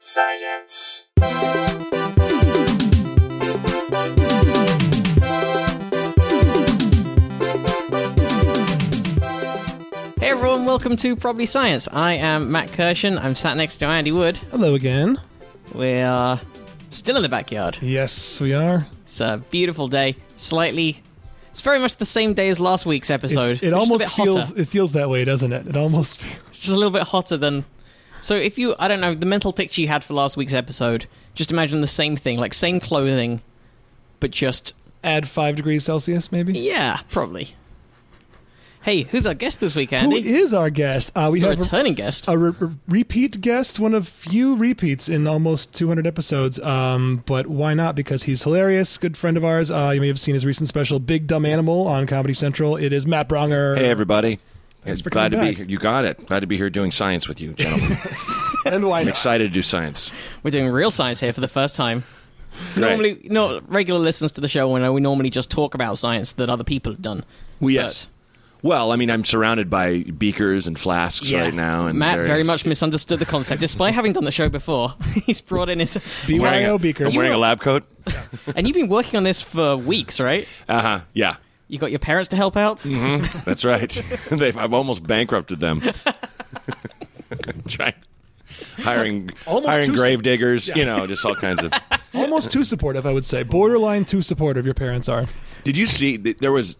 science. Hey everyone, welcome to Probably Science. I am Matt Kirshen. I'm sat next to Andy Wood. Hello again. We are still in the backyard. Yes, we are. It's a beautiful day. Slightly, it's very much the same day as last week's It's- episode. but it just a almost bit hotter. feels it feels that way, doesn't it? It almost It's just a little bit hotter than. So if you, I don't know, the mental picture you had for last week's episode, just imagine the same thing, like same clothing, but just add five degrees Celsius, maybe. yeah, probably. Hey, who's our guest this week, Andy? Who is our guest? Uh, we It's a have a, returning guest. a re- re- repeat guest, one of few repeats in almost 200 episodes. Um, but why not? Because he's hilarious, good friend of ours. Uh, you may have seen his recent special, Big Dumb Animal, on Comedy Central. It is Matt Bronger. Hey everybody. Thanks for Glad to coming be back. here. You got it. Glad to be here doing science with you, gentlemen. and why I'm not? excited to do science. We're doing real science here for the first time. Great. Normally, no regular listeners to the show when we normally just talk about science that other people have done. Well, yes. Well, I mean, I'm surrounded by beakers and But, flasks yeah. right now, and Matt various- very much misunderstood the concept, despite having done the show before. He's brought in his I'm wearing a- BYO beakers. I'm wearing a lab coat. and you've been working on this for weeks, right? Uh huh. Yeah. You got your parents to help out. Mm-hmm. That's right. They've, I've almost bankrupted them. Trying, hiring Almost hiring too s- grave diggers, you know, just all kinds of. Almost too supportive, I would say. Borderline too supportive, your parents are. Did you see th- there was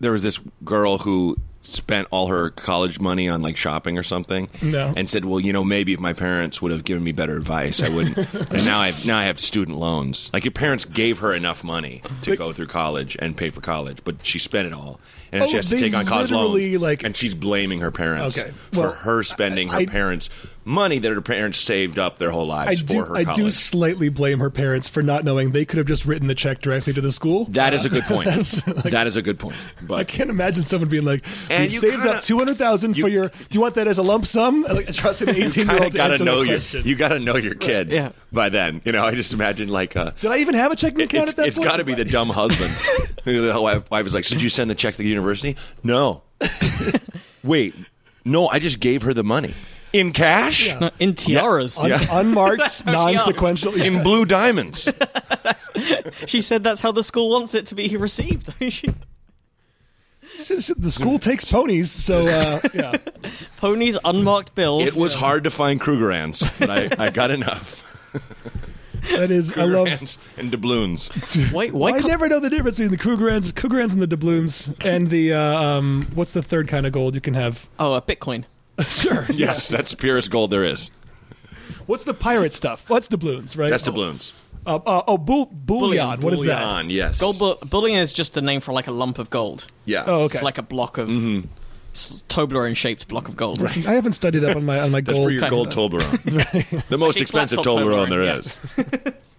there was this girl who spent all her college money on like shopping or something? No. And said, "Well, you know, maybe if my parents would have given me better advice, I wouldn't." and now I've now I have student loans. Like your parents gave her enough money to go through college and pay for college, but she spent it all, and Oh, she has to they take on college loans. literally, like- and she's blaming her parents Okay. for Well, her spending her I- parents' money that her parents saved up their whole lives I for do, her I college. do slightly blame her parents for not knowing they could have just written the check directly to the school. that is a good point. That's, like- that is a good point. But I can't imagine someone being like, And "We've you saved kinda- up two hundred thousand for you- your. Do you want that as a lump sum?" Like, I trust an you eighteen-year-old kind of to got answer to know that your question. you got to know your kids Yeah. by then. You know, I just imagine like uh, Did I even have a checking it, account has at that point? got to be the dumb husband. the wife, wife is like, so "Did you send the check to the university?" No. Wait, no, I just gave her the money in cash. Yeah. in tiaras. Un- unmarked, how she non-sequential. In blue diamonds. She said that's how the school wants it to be received. She- the school takes ponies, so uh, yeah. Ponies, unmarked bills. it was hard to find Krugerrands, but I, I got enough. That is, I love. Krugerrands and doubloons. Wait, why I can't- never know the difference between the Krugerrands, Krugerrands and the doubloons, and the uh, um, what's the third kind of gold you can have? Oh, a Bitcoin. sure. Yes, that's the purest gold there is. What's the pirate stuff? What's doubloons, right? That's doubloons. Uh, uh, oh, bull, bullion. What is that? On yes, Gold bu- bullion is just a name for like a lump of gold. Yeah. Oh, It's Okay. like a block of Mm-hmm. s- Toblerone-shaped block of gold. I haven't studied up on my on my That's gold. for your gold Toblerone. the most Actually, flat expensive top Toblerone, Toblerone there is.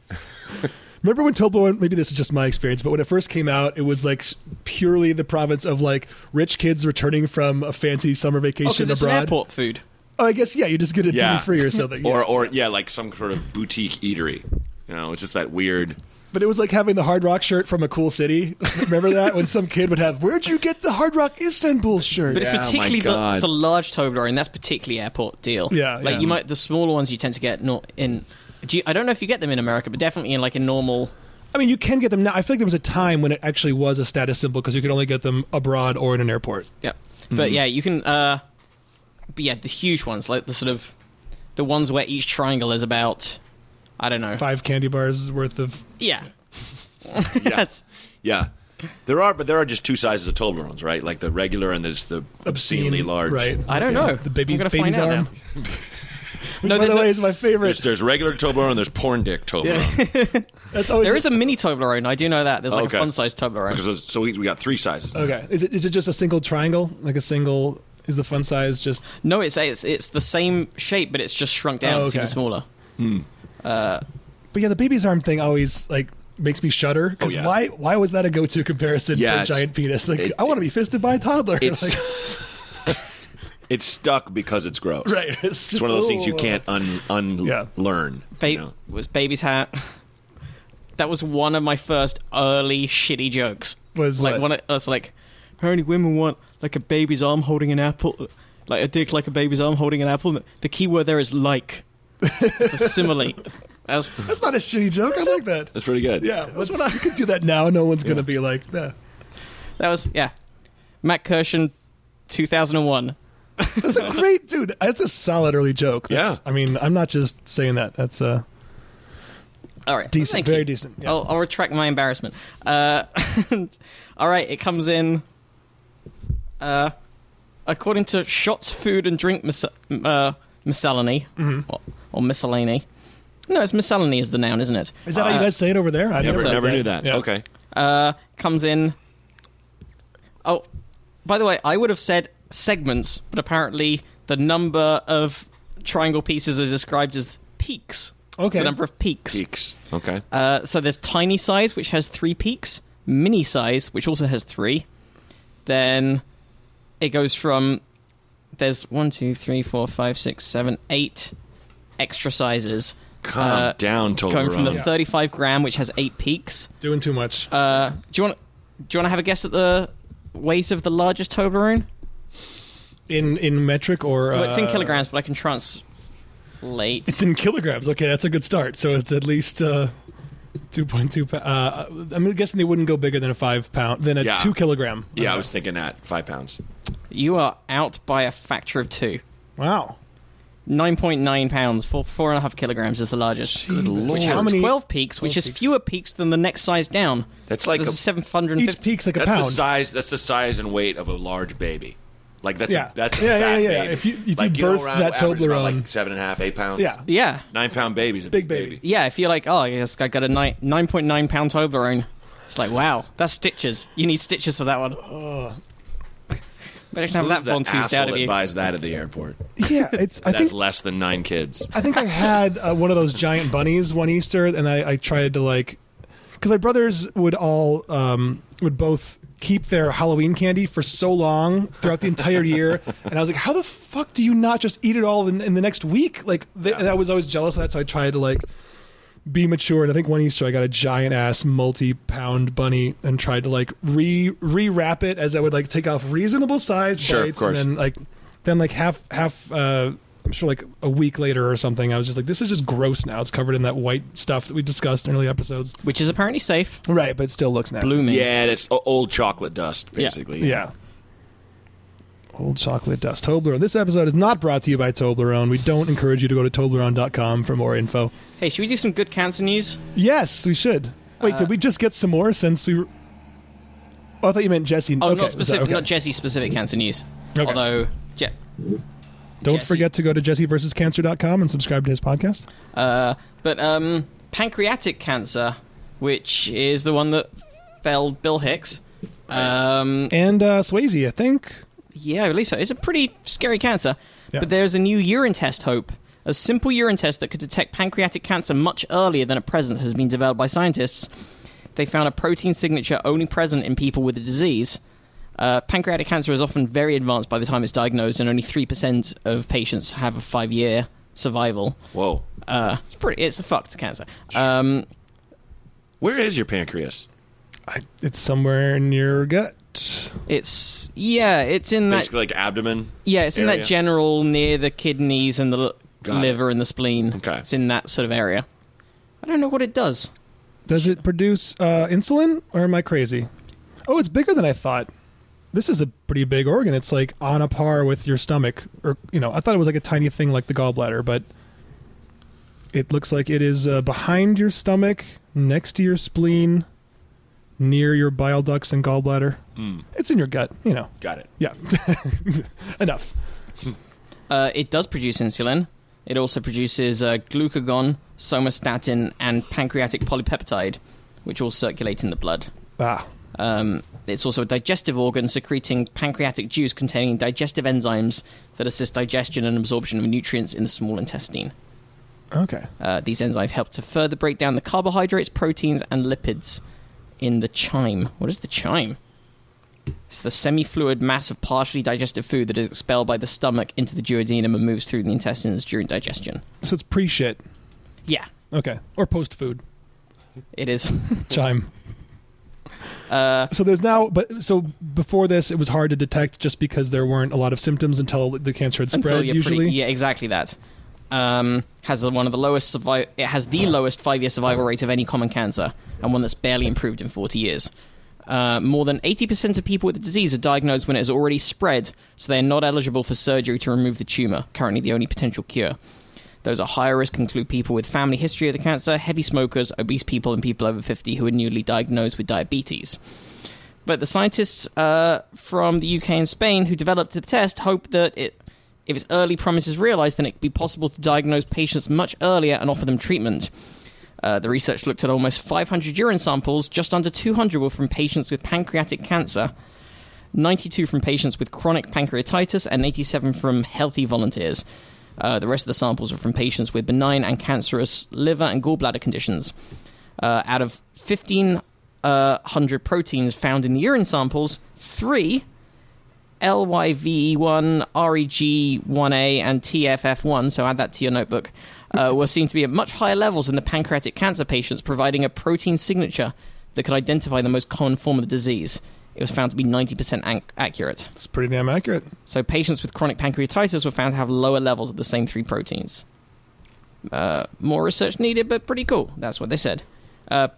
yeah. Remember when Toblerone? Maybe this is just my experience, but when it first came out, it was like s- purely the province of like rich kids returning from a fancy summer Oh, vacation because it's an abroad. airport food. Oh, I guess yeah, you just get it Yeah. to be free or something. Or, or yeah, like some sort of boutique eatery. You know, it's just that weird. But it was like having the Hard Rock shirt from a cool city. Remember that when some kid would have, "Where'd you get the Hard Rock Istanbul shirt?" But it's Yeah, oh my particularly the, God. the large Toblerone. That's particularly airport deal. Yeah, like yeah. you might the smaller ones you tend to get not in. Do you, I don't know if you get them in America, but definitely in like a normal. I mean, you can get them now. I feel like there was a time when it actually was a status symbol because you could only get them abroad or in an airport. Yeah, but Mm-hmm. yeah, you can. Uh, but yeah, the huge ones, like the sort of the ones where each triangle is about, I don't know. Five candy bars worth of. Yeah, Yeah, That's- yeah. There are, but there are just two sizes of Toblerones, right? Like the regular and there's the obscenely large. right? I don't know. The baby's I'm gonna baby's find out arm, now. which No, by the there's a- way is my favorite. There's, there's regular Toblerone and there's porn dick Toblerone. That's always There is a mini Toblerone. I do know that. There's like Okay. a fun-sized Toblerone. Because so we, we got three sizes. Okay. Is it is it just a single triangle? Like a single is the fun size just No, it's it's it's the same shape, but it's just shrunk down. Oh, It's even okay. smaller. But yeah, the baby's arm thing always like makes me shudder because Oh, yeah. why why was that a go-to comparison Yeah, for a it's- giant penis? Like it- I want to be fisted by a toddler. Like, It's it's stuck because it's gross. right. It's just It's one of those oh. things you can't un Yeah. unlearn. Ba- you know? was baby's hat. That was one of my first early shitty jokes. Was like what? one. Of, I was like, how many women want like a baby's arm holding an apple, like a dick like a baby's arm holding an apple? The key word there is like. It's a simile. That was- That's not a shitty joke. I like that. That's pretty good. Yeah, that's what I we could do that now. No one's Yeah. gonna be like, nah. That was yeah. Matt Kirshen, two thousand and one. that's a great dude. That's a solid early joke. That's- Yeah. I mean, I'm not just saying that. That's uh, All right, decent, Thank very you. decent. Yeah. I'll, I'll retract my embarrassment. Uh, all right, it comes in. Uh, according to shots, food and drink mis- uh, miscellany Mm-hmm. or, or miscellany. No, it's miscellany is the noun, isn't it? Is that how Uh, you guys say it over there? I Never, so. never knew that. Yeah. Okay. uh, comes in. Oh, by the way, I would have said segments, but apparently the number of triangle pieces are described as peaks. Okay. The number of peaks. Peaks. Okay. Uh, so there's tiny size, which has three peaks, mini size, which also has three. Then it goes from there's one, two, three, four, five, six, seven, eight extra sizes. Calm uh, down, Toblerone. Going from the Yeah. 35 gram, which has eight peaks, Doing too much. uh, do you want do you want to have a guess at the weight of the largest Toblerone? in in metric or well, it's in uh, kilograms, but I can translate. It's in kilograms. Okay, that's a good start. So it's at least uh, 2.2. pa- Uh, I'm guessing they wouldn't go bigger than a five pound than a Yeah. two kilogram. Uh, yeah, I was thinking that five pounds. You are out by a factor of two. Wow. Nine point nine pounds, four four and a half kilograms is the largest, which Good lord. has How many- twelve peaks, which 12 is peaks. fewer peaks than the next size down. That's like There's a- seven hundred and Each fifty. peak's like a That's pound. the size. That's the size and weight of a large baby. Like that's Yeah. a, that's a Yeah, yeah, fat yeah, yeah. baby. If you- if you like, birth know, around that average about, Toblerone- like seven and a half, eight pounds. Yeah. Yeah, nine pound baby's a Big big, baby. yeah. If you're like, oh, yes, I got a nine nine point nine pound Toblerone. It's like, wow, that's stitches. You need stitches for that one. Better have Who's that the vontoosed asshole out of that you. buys that at the airport? Yeah, it's. I That's think less than nine kids. I think I had uh, one of those giant bunnies one Easter, and I, I tried to like, because my brothers would all um, would both keep their Halloween candy for so long throughout the entire year, and I was like, how the fuck do you not just eat it all in, in the next week? Like, they, and I was always jealous of that, so I tried to like be mature. And I think one Easter I got a giant ass multi pound bunny and tried to like re rewrap it as I would like take off reasonable sized Sure, of bites course. and then like then like half half uh I'm sure like a week later or something, I was just like, this is just gross now. It's covered in that white stuff that we discussed in early episodes. which is apparently safe. Right, but it still looks nasty. Blooming. Yeah, that's o- old chocolate dust, basically. Yeah. Old chocolate dust. Toblerone. This episode is not brought to you by Toblerone. We don't encourage you to go to Toblerone.com for more info. Hey, should we do some good cancer news? Yes, we should. Wait, Uh, did we just get some more since we were. Oh, I thought you meant Jesse. Oh, okay, not specific, okay. not Jesse specific cancer news. Okay. Although, Je- Don't Jesse. forget to go to jesseversuscancer.com and subscribe to his podcast. uh, but um, pancreatic cancer, which is the one that fell Bill Hicks. Um, And uh, Swayze, I think. yeah, at least so. it's a pretty scary cancer. Yeah. But there's a new urine test hope. A simple urine test that could detect pancreatic cancer much earlier than at present has been developed by scientists. They found a protein signature only present in people with the disease. Uh, pancreatic cancer is often very advanced by the time it's diagnosed, and only 3% of patients have a five year survival. Whoa. Uh, it's pretty. It's a fucked cancer. Um, Where is your pancreas? I, it's somewhere in your gut. it's yeah. It's in that Basically, like abdomen. yeah. It's in that area. general near the kidneys and the l- Got it. liver and the spleen. Okay. It's in that sort of area. I don't know what it does. Does it produce uh, insulin, or am I crazy? Oh, it's bigger than I thought. This is a pretty big organ. It's like on a par with your stomach, or you know, I thought it was like a tiny thing like the gallbladder, but it looks like it is uh, behind your stomach, next to your spleen, near your bile ducts and gallbladder. It's in your gut, you know. Got it. Yeah, enough. Uh, it does produce insulin. It also produces uh, glucagon, somatostatin, and pancreatic polypeptide, which all circulate in the blood. Ah, Um, it's also a digestive organ secreting pancreatic juice containing digestive enzymes that assist digestion and absorption of nutrients in the small intestine. okay. Uh, these enzymes help to further break down the carbohydrates, proteins, and lipids in the chyme. What is the chyme? It's the semi fluid mass of partially digested food that is expelled by the stomach into the duodenum and moves through the intestines during digestion. So it's pre shit. Yeah, Okay, or post food it is. chime. Uh, so there's now but so before this it was hard to detect just because there weren't a lot of symptoms until the cancer had spread until you're usually pretty, yeah, exactly that. um, has the- one of the lowest survival. It has the lowest five-year survival rate of any common cancer, and one that's barely improved in 40 years. Uh, more than 80% of people with the disease are diagnosed when it has already spread, so they are not eligible for surgery to remove the tumor. Currently, the only potential cure. Those at higher risk include people with family history of the cancer, heavy smokers, obese people, and people over 50 who are newly diagnosed with diabetes. But the scientists uh, from the UK and Spain who developed the test hope that it, if its early promise is realized, then it could be possible to diagnose patients much earlier and offer them treatment. Uh, the research looked at almost 500 urine samples, just under 200 were from patients with pancreatic cancer, 92 from patients with chronic pancreatitis, and 87 from healthy volunteers. Uh, the rest of the samples were from patients with benign and cancerous liver and gallbladder conditions. Uh, out of 1,500 proteins found in the urine samples, three E LYVE1, REG1A, and TFF1, so add that to your notebook, uh, were seen to be at much higher levels in the pancreatic cancer patients, providing a protein signature that could identify the most common form of the disease. It was found to be 90% ac- accurate. It's pretty damn accurate. So patients with chronic pancreatitis were found to have lower levels of the same three proteins. Uh, more research needed, but pretty cool. That's what they said. Uh,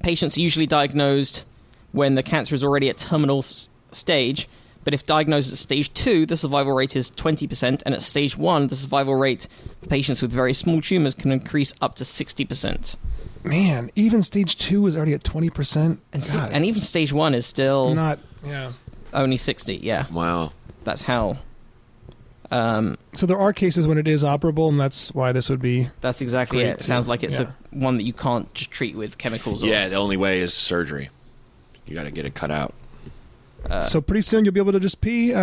patients are usually diagnosed when the cancer is already at terminal s- stage, but if diagnosed at stage two, the survival rate is 20%, and at stage one, the survival rate for patients with very small tumors can increase up to 60%. Man, even stage two is already at twenty percent. And, si- and even stage one is still not yeah. only 60. Yeah, Wow. that's how. So there are cases when it is operable, and that's why this would be. That's exactly Great, it. It sounds like it's yeah. a, one that you can't just treat with chemicals. Or, Yeah, the only way is surgery. You got to get it cut out. Uh, so pretty soon you'll be able to just pee. Uh,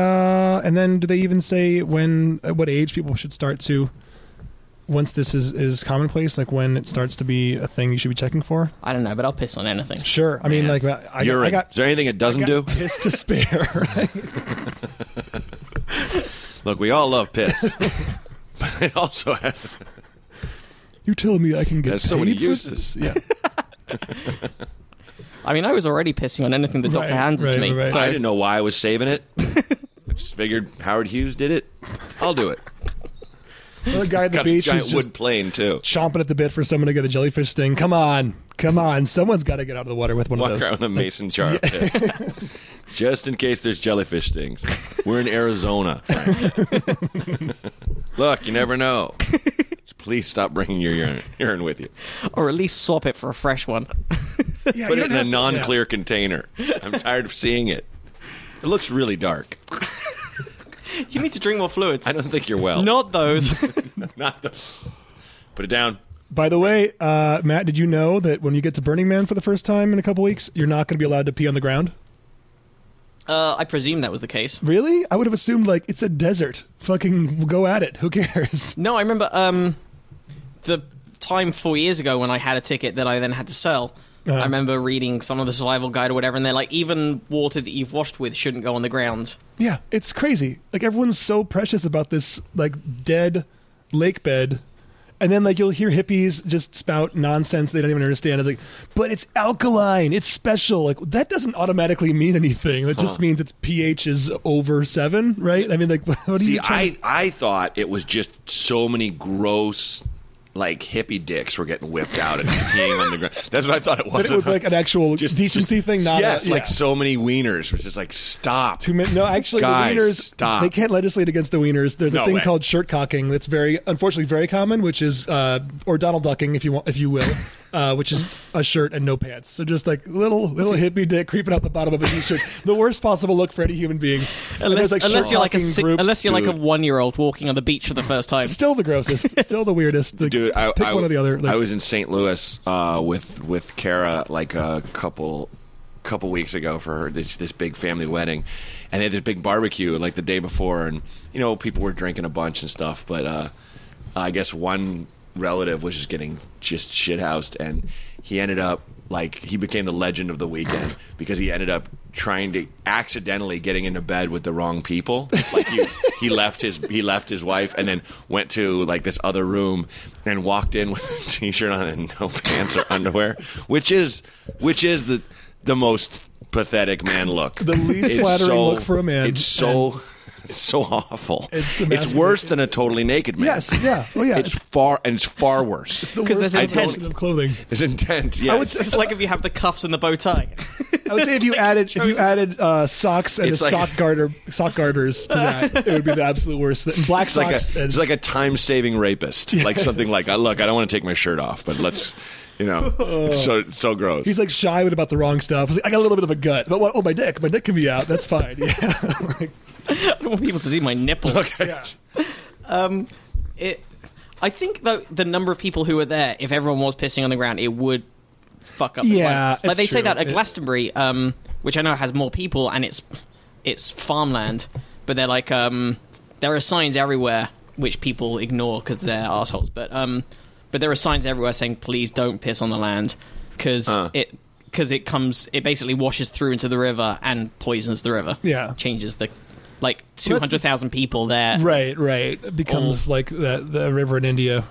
and then do they even say when, at what age people should start to? Once this is is commonplace, like when it starts to be a thing you should be checking for. I don't know, but I'll piss on anything. Sure, I mean, Man. like I, I Urine. got is there anything it I doesn't got do? piss to spare. right? Look, we all love piss. but it also has You telling me I can get There's paid so many for uses. this? Yeah, I mean, I was already pissing on anything the Right, doctor handed right, me. right. So I didn't know why I was saving it. I just figured Howard Hughes did it. I'll do it. Well, the guy at the Got a beach giant is wood just plane too. chomping at the bit for someone to get a jellyfish sting. Come on, come on, someone's got to get out of the water with one Walk of around those. with a mason jar. of piss. just in case there's jellyfish stings. We're in Arizona. Frank. Look, you never know. Just Please stop bringing your urine, urine with you. or at least swap it for a fresh one. Yeah, Put you don't it in a have to- yeah. non-clear container. I'm tired of seeing it. It looks really dark. you need to drink more fluids. I don't think you're well. Not those. not the. Put it down. By the way, uh, Matt, did you know that when you get to Burning Man for the first time in a couple weeks, you're not going to be allowed to pee on the ground? uh, I presume that was the case. Really? I would have assumed like it's a desert. Fucking go at it. Who cares? No, I remember um, the time four years ago when I had a ticket that I then had to sell. Uh-huh. I remember reading some of the survival guide or whatever, and they're like, even water that you've washed with shouldn't go on the ground. Yeah, it's crazy. Like everyone's so precious about this like dead lake bed. And then like you'll hear hippies just spout nonsense they don't even understand. It's like, but it's alkaline, it's special. Like that doesn't automatically mean anything. That just means its pH is over seven, right? I mean, like what are See, you trying I, I thought it was just so many gross, like hippie dicks were getting whipped out and peeing on the ground. That's what I thought it was. But it was like an actual Just- decency just- thing, not yes, a, yeah. like so many wieners, which is like stop. Two min- No, actually, Guys, the wieners. stop. They can't legislate against the wieners. There's No a thing way. called shirt cocking that's very, unfortunately, very common, which is uh, or Donald ducking, if you want, if you will, uh, which is a shirt and no pants. So just like little little hippie dick creeping out the bottom of a t-shirt, the worst possible look for any human being. And Unless, there's, like, unless you're like a shirt-cocking si- groups. unless you're like a dude. one year old walking on the beach for the first time. still the grossest, still the weirdest. Like, Dude, I, pick I- one or the other. Like, I was in St. Louis uh, with with Kara like a couple couple weeks ago for her, this this big family wedding, and they had this big barbecue like the day before, and you know people were drinking a bunch and stuff, but uh, I guess one relative was just getting just shithoused, and he ended up like he became the legend of the weekend because he ended up trying to accidentally getting into bed with the wrong people like he, he left his he left his wife and then went to like this other room and walked in with a t-shirt on and no pants or underwear which is which is the the most pathetic man look The least flattering look for a man. it's so It's so awful. It's it's emasculating. worse than a totally naked man. Yes, yeah, oh yeah. It's far and it's far worse. It's the 'Cause worst there's combination intent. of clothing. It's intent. Yes. I would say, It's like if you have the cuffs and the bow tie. I would say if you added if you added uh, socks and a It's like- sock garter sock garters to that, it would be the absolute worst. thing. Black it's like a socks and it's like a time saving rapist. Like something like I look, I don't want to take my shirt off, but let's you know it's so it's so gross. He's like shy but about the wrong stuff. He's like, I got a little bit of a gut, but what, oh my dick, my dick can be out. That's fine. Yeah, I don't want people to see my nipples. yeah. It, I think though the number of people who were there, if everyone was pissing on the ground, it would fuck up. the Yeah, climate. like it's they say true. that at It- Glastonbury, um, which I know has more people and it's it's farmland, but they're like um, there are signs everywhere which people ignore because they're assholes. But um, but there are signs everywhere saying please don't piss on the land because Huh. it. Because it comes, it basically washes through into the river and poisons the river. Yeah. changes the, like two hundred thousand people there. Right, right. It becomes Oh. like the the river in India,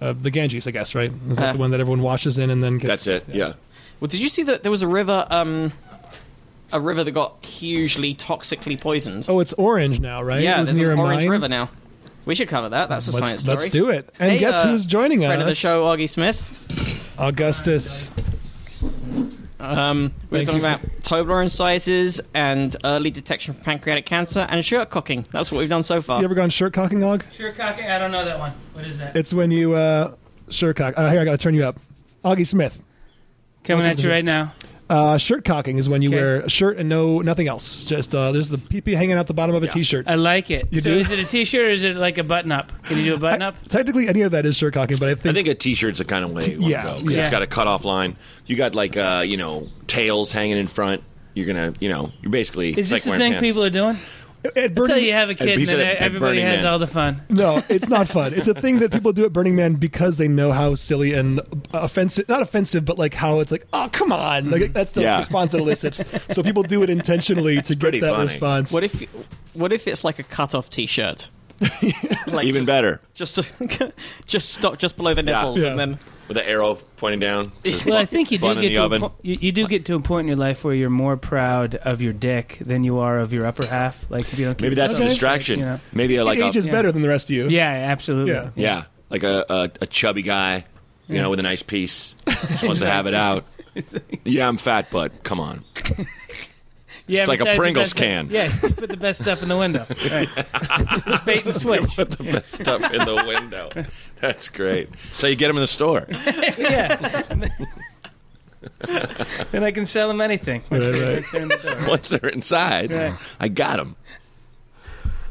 uh, the Ganges, I guess. Right, is that Uh, the one that everyone washes in and then gets? That's it. Yeah. Well, did you see that there was a river, um, a river that got hugely toxically poisoned? Oh, it's orange now, right? yeah, it was there's near an a orange mine. river now. We should cover that. That's a Let's, science story. let's do it. And Hey, guess uh, who's joining us? Friend of the show, Augie Smith. Augustus. Um, we we're talking Thank you about Toblerone sizes and early detection for pancreatic cancer and shirt cocking. That's what we've done so far. You ever gone shirt cocking, Og? Sure, cocky. I don't know that one. What is that? It's when you uh, shirt cock. Uh, here, I gotta turn you up. Augie Smith. Coming Thank at you. you right now. Uh, shirt cocking is when you Okay. wear a shirt and no nothing else. Just uh, there's the PP hanging out the bottom of a shirt I like it. You so do? is it a t-shirt or is it like a button-up? Can you do a button-up? Technically, any of that is shirt cocking, but I think, I think a t-shirt's the kind of way you want Yeah, to go 'cause yeah. it's got a cutoff line. If You got like uh, you know tails hanging in front. You're gonna you know you're basically Is it's this like the wearing thing pants. people are doing? at Until you Burning have a kid and he's then at- at everybody Burning has Man. all the fun. No, it's not fun. It's a thing that people do at Burning Man because they know how silly and offensive, not offensive, but like how it's like, oh, come on. Mm-hmm. Like, that's the Yeah. response it elicits. so people do it intentionally to get pretty that funny. response. what if, what if it's like a cut-off t-shirt? like even just, better Just, to- just stop just below the Yeah. nipples and Yeah. then with the arrow pointing down. Well, I think you do Bun in get the to a oven. po- you, you do get to a point in your life where you're more proud of your dick than you are of your upper half. Like if you don't. keep Maybe that's it a Okay. distraction. You know. Maybe a, like it a, ages yeah. better than the rest of you. Yeah, absolutely. Yeah. Yeah, like a, a, a chubby guy, you know, with a nice piece, just wants to have it out. Yeah, I'm fat, but come on. You It's like a advertise the Pringles best- can. Yeah, you put the best stuff in the window. Right. It's bait and switch. Put the best stuff in the window. That's great. So you get them in the store. yeah. then I can sell them anything. Right, right. Once they're inside, Right. I got them.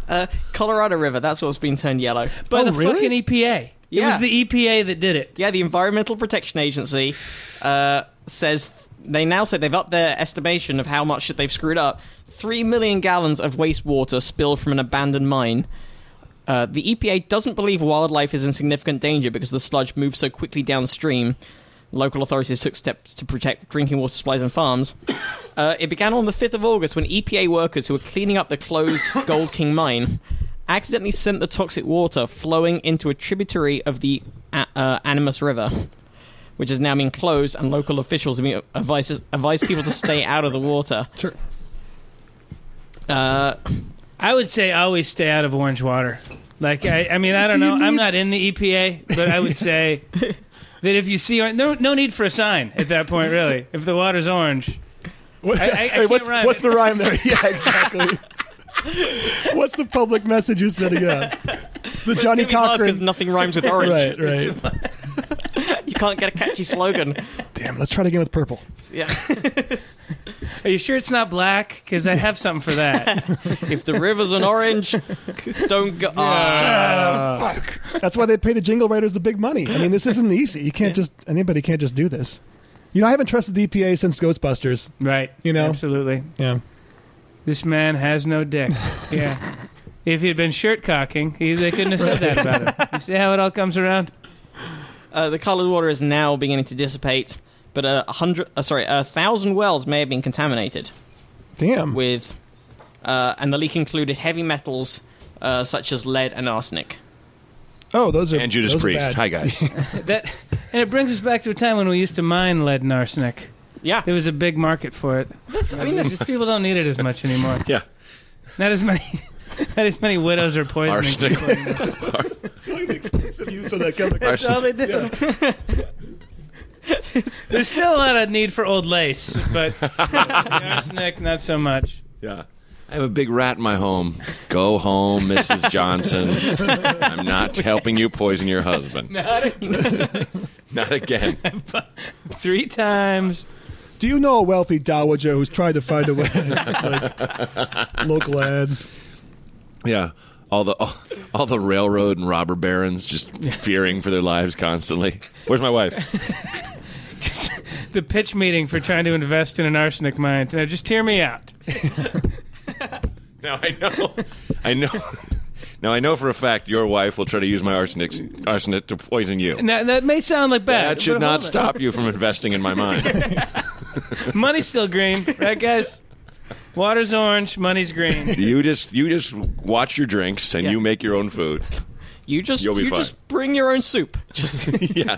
uh, Colorado River. That's what's been turned yellow. By Oh, the really? fucking EPA. It Yeah. was the EPA that did it. Yeah, the Environmental Protection Agency uh, says they now say they've upped their estimation of how much they've screwed up. Three million gallons of wastewater spilled from an abandoned mine. Uh, the EPA doesn't believe wildlife is in significant danger because the sludge moves so quickly downstream. Local authorities took steps to protect drinking water supplies and farms. Uh, it began on the 5th of August when EPA workers who were cleaning up the closed Gold King mine accidentally sent the toxic water flowing into a tributary of the A- uh, Animus River, which has now been closed, and local officials have been advised, advised people to stay out of the water. Sure. Uh, I would say always stay out of orange water. Like I, I mean, I Do don't you know. I'm need- not in the EPA, but I would say that if you see orange, no, no need for a sign at that point, really. If the water's orange, I- I can't what's, rhyme. what's the rhyme there? Yeah, exactly. what's the public message you're setting up? The Johnny because Cochran. nothing rhymes with orange. Right, right. You can't get a catchy slogan. Damn, let's try it again with purple. Yeah. are you sure it's not black? Because I have something for that. if the river's an orange, don't go. Ah. Fuck. That's why they pay the jingle writers the big money. I mean, this isn't easy. You can't just anybody can't just do this. You know, I haven't trusted the EPA since Ghostbusters. Right. You know. Absolutely. Yeah. This man has no dick. Yeah. if he'd been shirt cocking, he, they couldn't have said that about him. You see how it all comes around? Uh, the coloured water is now beginning to dissipate, but uh, a hundred, uh, sorry, a thousand wells may have been contaminated Damn. with, uh, and the leak included heavy metals uh, such as lead and arsenic. Oh, those are And Judas those are Priest. bad. Hi, guys. That, and it brings us back to a time when we used to mine lead and arsenic. Yeah, There was a big market for it. That's- I mean, I mean, that's- this, people don't need it as much anymore. Yeah. Not as many. Not as many widows are poisoning Arsenic. people. anymore. It's really the exclusive use of that chemical. That's all they do. There's still a lot of need for old lace, but the arsenic, not so much. Yeah. I have a big rat in my home. Go home, Mrs. Johnson. I'm not helping you poison your husband. Not Not again. Three times. Do you know a wealthy dowager who's tried to find a way? It's like local ads. Yeah. All the all, all the railroad and robber barons just fearing for their lives constantly. Where's my wife? The pitch meeting for trying to invest in an arsenic mine. Now, just hear me out. Now I know. I know. Now I know for a fact your wife will try to use my arsenic arsenic to poison you. Now, that may sound like bad. That should but hold not on. stop you from investing in my mind. Money's still green, right, guys? Water's orange, money's green. You just you just watch your drinks and you make your own food. You just You'll be you fine. just bring your own soup. Just Yeah.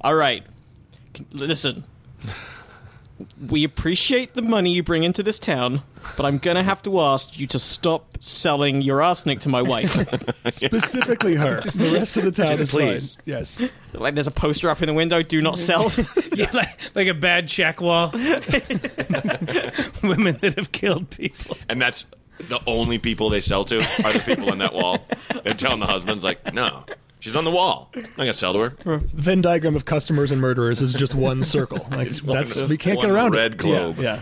all right. C- Listen, we appreciate the money you bring into this town, but I'm gonna have to ask you to stop selling your arsenic to my wife. Specifically her. The rest of the town Just is please. fine. Yes. like there's a poster up in the window. Do not sell. Yeah, like, like a bad check wall. Women that have killed people. And that's the only people they sell to are the people on that wall. They're telling the husbands, like, no, she's on the wall. I'm not going to sell to her. Venn diagram of customers and murderers is just one circle. Like, one that's of- we can't get one around red it. globe. Yeah.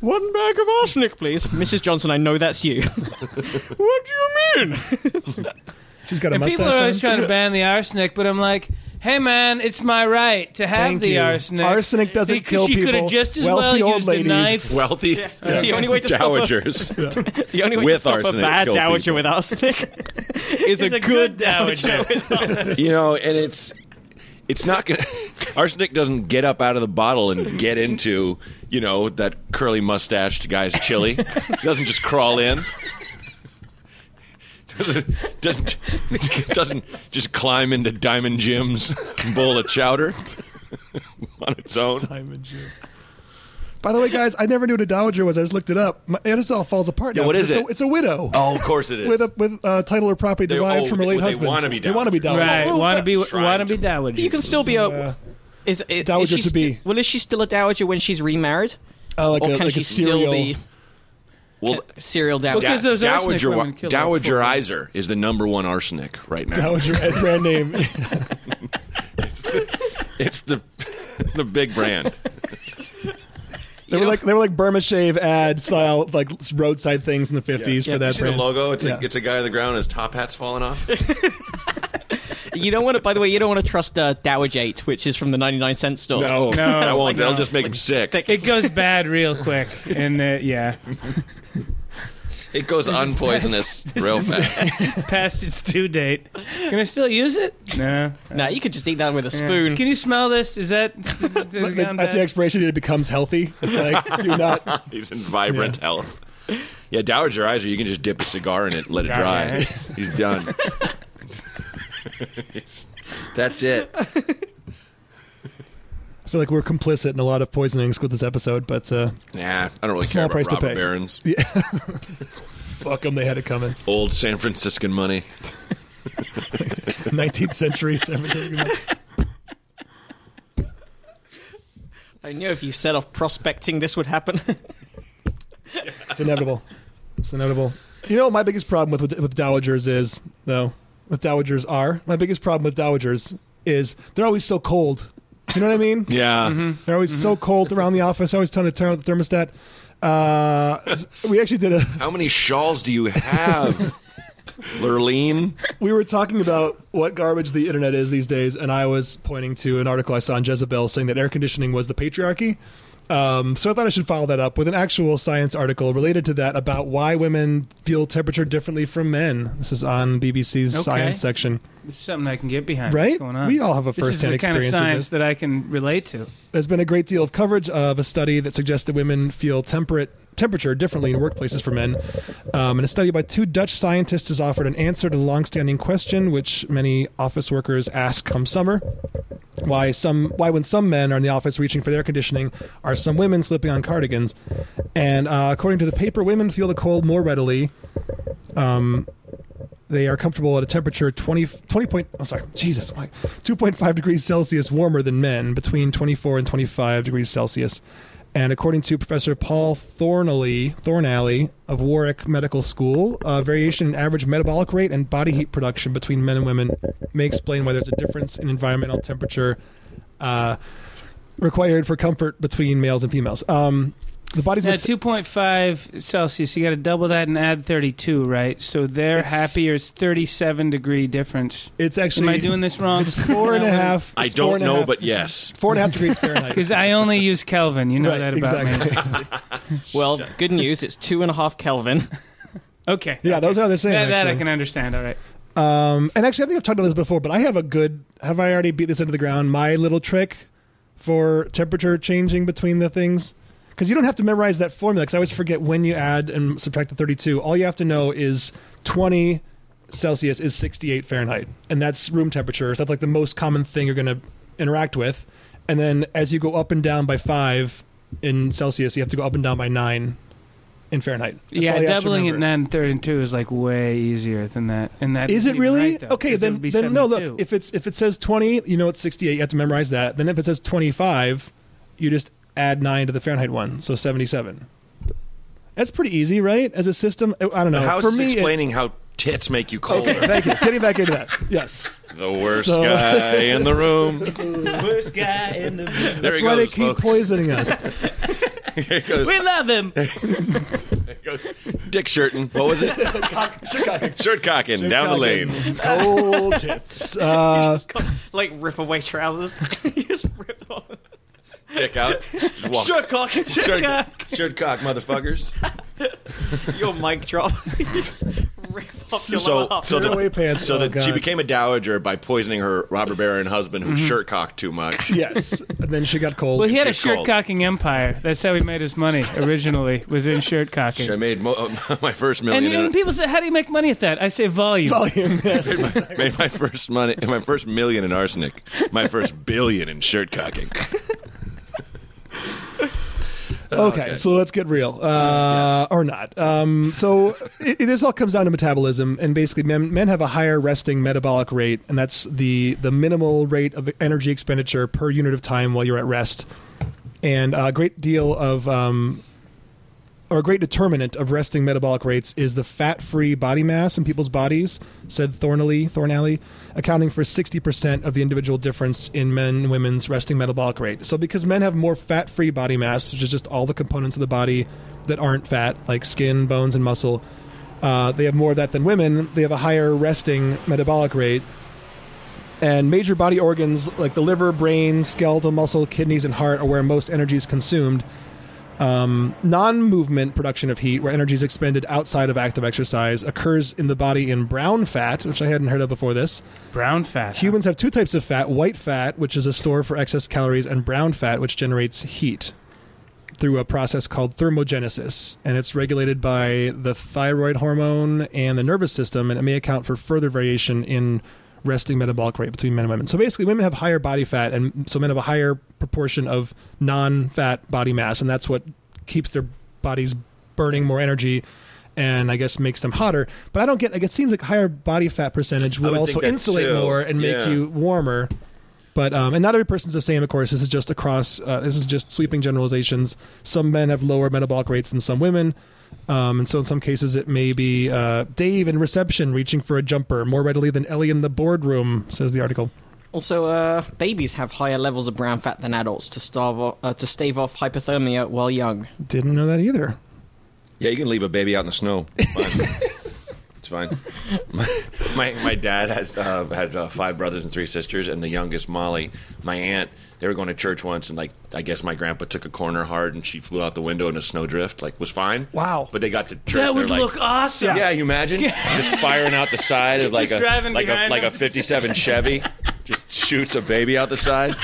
One bag of arsenic, please, Mrs. Johnson. I know that's you. what do you mean? yeah. She's got a And mustache. people are always on. trying to ban the arsenic, but I'm like, hey man, it's my right to have Thank the you. arsenic. Arsenic doesn't He- kill she could people. have just as Wealthy well old used ladies. a knife. Wealthy The only way to stop a- dowagers. The only way With to stop arsenic, a bad kill dowager people. with arsenic is It's a, good dowager. dowager. with arsenic. You know, and it's. It's not gonna. Arsenic doesn't get up out of the bottle and get into, you know, that curly mustached guy's chili. It doesn't just crawl in. Doesn't doesn't doesn't just climb into Diamond Jim's bowl of chowder on its own. I'm a Jew. By the way, guys, I never knew what a dowager was. I just looked it up. My, it just all falls apart. Yeah, now what 'cause is it's it? A, it's a widow Oh, of course it is. with a with uh, title or property They're- derived oh, from a late they- they husband. wanna be They want to be dowagers. Right, wannabe, Trying wannabe to- dowager. You can still be a Yeah. is, is Dowager is she to be. sti- well, is she still a dowager when she's remarried, Uh, like Oh, or a, can like she a serial, still be well, serial dowager? Well, 'cause those arsenic dowager women kill like four. dowagerizer is the number one arsenic right now. dowager and brand name? It's the the big brand. They were like they were like Burma Shave ad style like roadside things in the fifties Yeah. for You that see the brand. logo? It's Yeah. a it's a guy on the ground. His top hat's falling off. you don't want to. By the way, you don't want to trust uh, Dowagate, which is from the ninety nine cent store. No, No, that it's won't. like- that'll just make him sick. Thick. It goes bad real quick, and uh, yeah, It goes unpoisonous real fast. past its due date. Can I still use it? No. Nah, you could just eat that with a Yeah. spoon. Can you smell this? Is that is it Like, gone it's- at the bad? expiration date, it becomes healthy. Like, do not. He's in vibrant health. Yeah, dowagerizer. You can just dip a cigar in it, let it Yeah, dry. yeah. He's done. That's it. I feel like we're complicit in a lot of poisonings with this episode, but uh, Nah, I don't really Small care price about to robber pay. barons. fuck them, they had it coming. Old San Franciscan money. Nineteenth century. 17th. I knew if you set off prospecting, this would happen. It's inevitable. It's inevitable. You know, what my biggest problem with, with with dowagers is though. With dowagers are my biggest problem with dowagers is they're always so cold. You know what I mean? Yeah. They're always so cold around the office. Always trying to turn up the thermostat. Uh, we actually did a How many shawls do you have, Lurleen? we were talking about what garbage the internet is these days, and I was pointing to an article I saw in Jezebel saying that air conditioning was the patriarchy. Um, so I thought I should follow that up with an actual science article related to that about why women feel temperature differently from men. This is on BBC's Okay. science section, This is something I can get behind. right? What's going on? We all have a this is first-hand the kind of experience of science this. that I can relate to. There's been a great deal of coverage of a study that suggests that women feel temperate temperature differently in workplaces for men. Um, and a study by two Dutch scientists has offered an answer to the longstanding question, which many office workers ask come summer. why some why when some men are in the office reaching for their conditioning are some women slipping on cardigans and uh, according to the paper women feel the cold more readily um, they are comfortable at a temperature 20, 20 point i'm sorry jesus my, 2.5 degrees celsius warmer than men between 24 and 25 degrees celsius and according to professor paul thornalley, thornalley of warwick medical school uh, variation in average metabolic rate and body heat production between men and women may explain why there's a difference in environmental temperature uh, required for comfort between males and females um, the body's Now, met- two point five Celsius. You got to double that and add thirty two, right? So they're It's- happier. It's thirty seven degree difference. it's actually Am I doing this wrong? it's four and a half I it's four don't and a know, half- but yes. four and a half degrees fahrenheit because I only use Kelvin. You know Right, that about exactly. me. Well, good news. It's two and a half Kelvin. Okay. Yeah, those are the same. That, that I actually. can understand. All right. Um, and actually, I think I've talked about this before, but I have a good. Have I already beat this into the ground? My little trick for temperature changing between the things, because you don't have to memorize that formula. Because I always forget when you add and subtract the thirty-two. All you have to know is twenty Celsius is sixty-eight Fahrenheit, and that's room temperature. So that's like the most common thing you're going to interact with. And then as you go up and down by five in Celsius, you have to go up and down by nine in Fahrenheit. That's all yeah, you have to doubling it remember. nine thirty and two is like way easier than that. And that Is it even really right, though, okay? 'cause it Then, would be then no. Look, 72. if it's if it says twenty, you know it's sixty eight. You have to memorize that. Then if it says twenty five, you just add nine to the Fahrenheit one, so seventy seven. That's pretty easy, right? As a system, I I don't know. How's Uh, For this me, it- explaining how tits make you colder? okay, thank you. Getting back into that. Yes, The worst So- guy in the room. Worst guy in the. There that's he why goes, they keep folks. poisoning us. There he goes. We love him. There he goes. Dick shirting. What was it? Shirt cocking down the lane. Cold tits. Uh, like rip away trousers. you just rip on. Dick out. Just walk. Shirt cock. Shirt Shirt, cock. shirt cock, motherfuckers. Your mic drop. you just rip off your So- lower half. so the- away pants. So oh, that she God. Mm-hmm. became a dowager by poisoning her robber baron husband, who shirt cocked too much. yes, and then she got cold. well, he had a It's your shirt call. cocking empire. That's how he made his money originally. Was in shirt cocking. I made mo- my first and million. then in- people say, "How do you make money at that?" I say volume. volume. Yes. made my first money, my first million in arsenic, my first billion in shirt cocking. Okay, so let's get real, uh, or not. Um, so it, it- this all comes down to metabolism, and basically, men, men have a higher resting metabolic rate, and that's the the minimal rate of energy expenditure per unit of time while you're at rest, and a great deal of. Um, or a great determinant of resting metabolic rates is the fat-free body mass in people's bodies, said Thornalley, Thornalley, accounting for 60% of the individual difference in men and women's resting metabolic rate. So because men have more fat-free body mass, which is just all the components of the body that aren't fat, like skin, bones, and muscle, uh, they have more of that than women. They have a higher resting metabolic rate. And major body organs like the liver, brain, skeletal muscle, kidneys, and heart are where most energy is consumed non-movement production of heat where energy is expended outside of active exercise occurs in the body in brown fat which i hadn't heard of before this Brown fat. huh? humans have two types of fat white fat which is a store for excess calories and brown fat which generates heat through a process called thermogenesis and it's regulated by the thyroid hormone and the nervous system and it may account for further variation in resting metabolic rate between men and women so basically women have higher body fat and so men have a higher proportion of non-fat body mass and that's what keeps their bodies burning more energy and I guess makes them hotter, but I don't get like it seems like higher body fat percentage I would would also think that insulate too. more and make Yeah. you warmer. But um, and not every person's the same, of course. This is just across. Uh, this is just sweeping generalizations. Some men have lower metabolic rates than some women, um, and so in some cases it may be uh, Dave in reception reaching for a jumper more readily than Ellie in the boardroom, says the article. Also, uh, babies have higher levels of brown fat than adults to starve off, uh, to stave off hypothermia while young. Didn't know that either. Yeah, you can leave a baby out in the snow. It's fine. My, my, my dad had uh, had uh, five brothers and three sisters, and the youngest Molly, my aunt, they were going to church once, and like I guess my grandpa took a corner hard, and she flew out the window in a snowdrift. Like was fine. Wow. But they got to church. That and would they're like, look awesome. Yeah, you imagine just firing out the side of like a Just driving like a behind like a them. '57 Chevy, just shoots a baby out the side,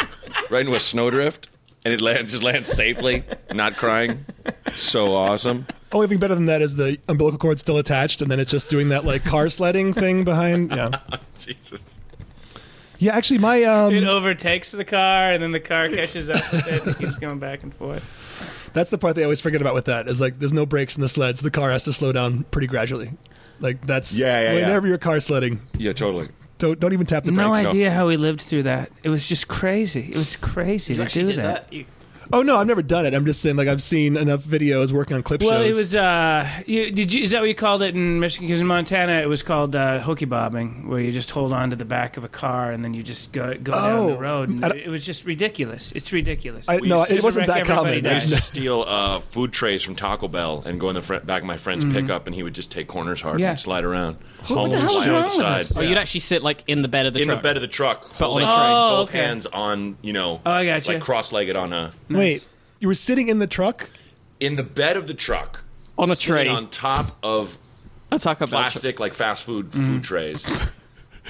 right into a snowdrift, and it lands just lands safely, not crying. So awesome. Only thing better than that is the umbilical cord still attached, and then it's just doing that like car sledding thing behind. Yeah. Jesus. Yeah, actually, my It um, overtakes the car, and then the car catches up with it. and keeps going back and forth. that's the part they always forget about with that is like there's no brakes in the sleds. The car has to slow down pretty gradually. Like that's Yeah, yeah, yeah. whenever your car's sledding, Yeah, totally. don't don't even tap the No brakes. I- idea how we lived through that. It was just crazy. It was crazy to do that. oh no, I've never done it. I'm just saying like I've seen enough videos working on clip Well, shows. it was. Uh, you, did you? Is that what you called it in Michigan? Because in Montana, it was called uh, hooky bobbing, where you just hold on to the back of a car and then you just go go down Oh. the road. And I don't- it was just ridiculous. It's ridiculous. I, We no, used to it just wasn't wreck that common. everybody I down. used to steal uh, food trays from Taco Bell and go in the front, back of my friend's pickup, and he would just take corners hard Yeah. and slide around. the hell is wrong with us? Oh, you'd actually sit like in the bed of the in truck. the bed of the truck, But on a holding tray. Oh, both okay. hands on, you know, Oh, I gotcha. like cross-legged on a Wait, you were sitting in the truck? in the bed of the truck, on a sitting tray. on top of a Taco Bell. truck. plastic like fast food food trays.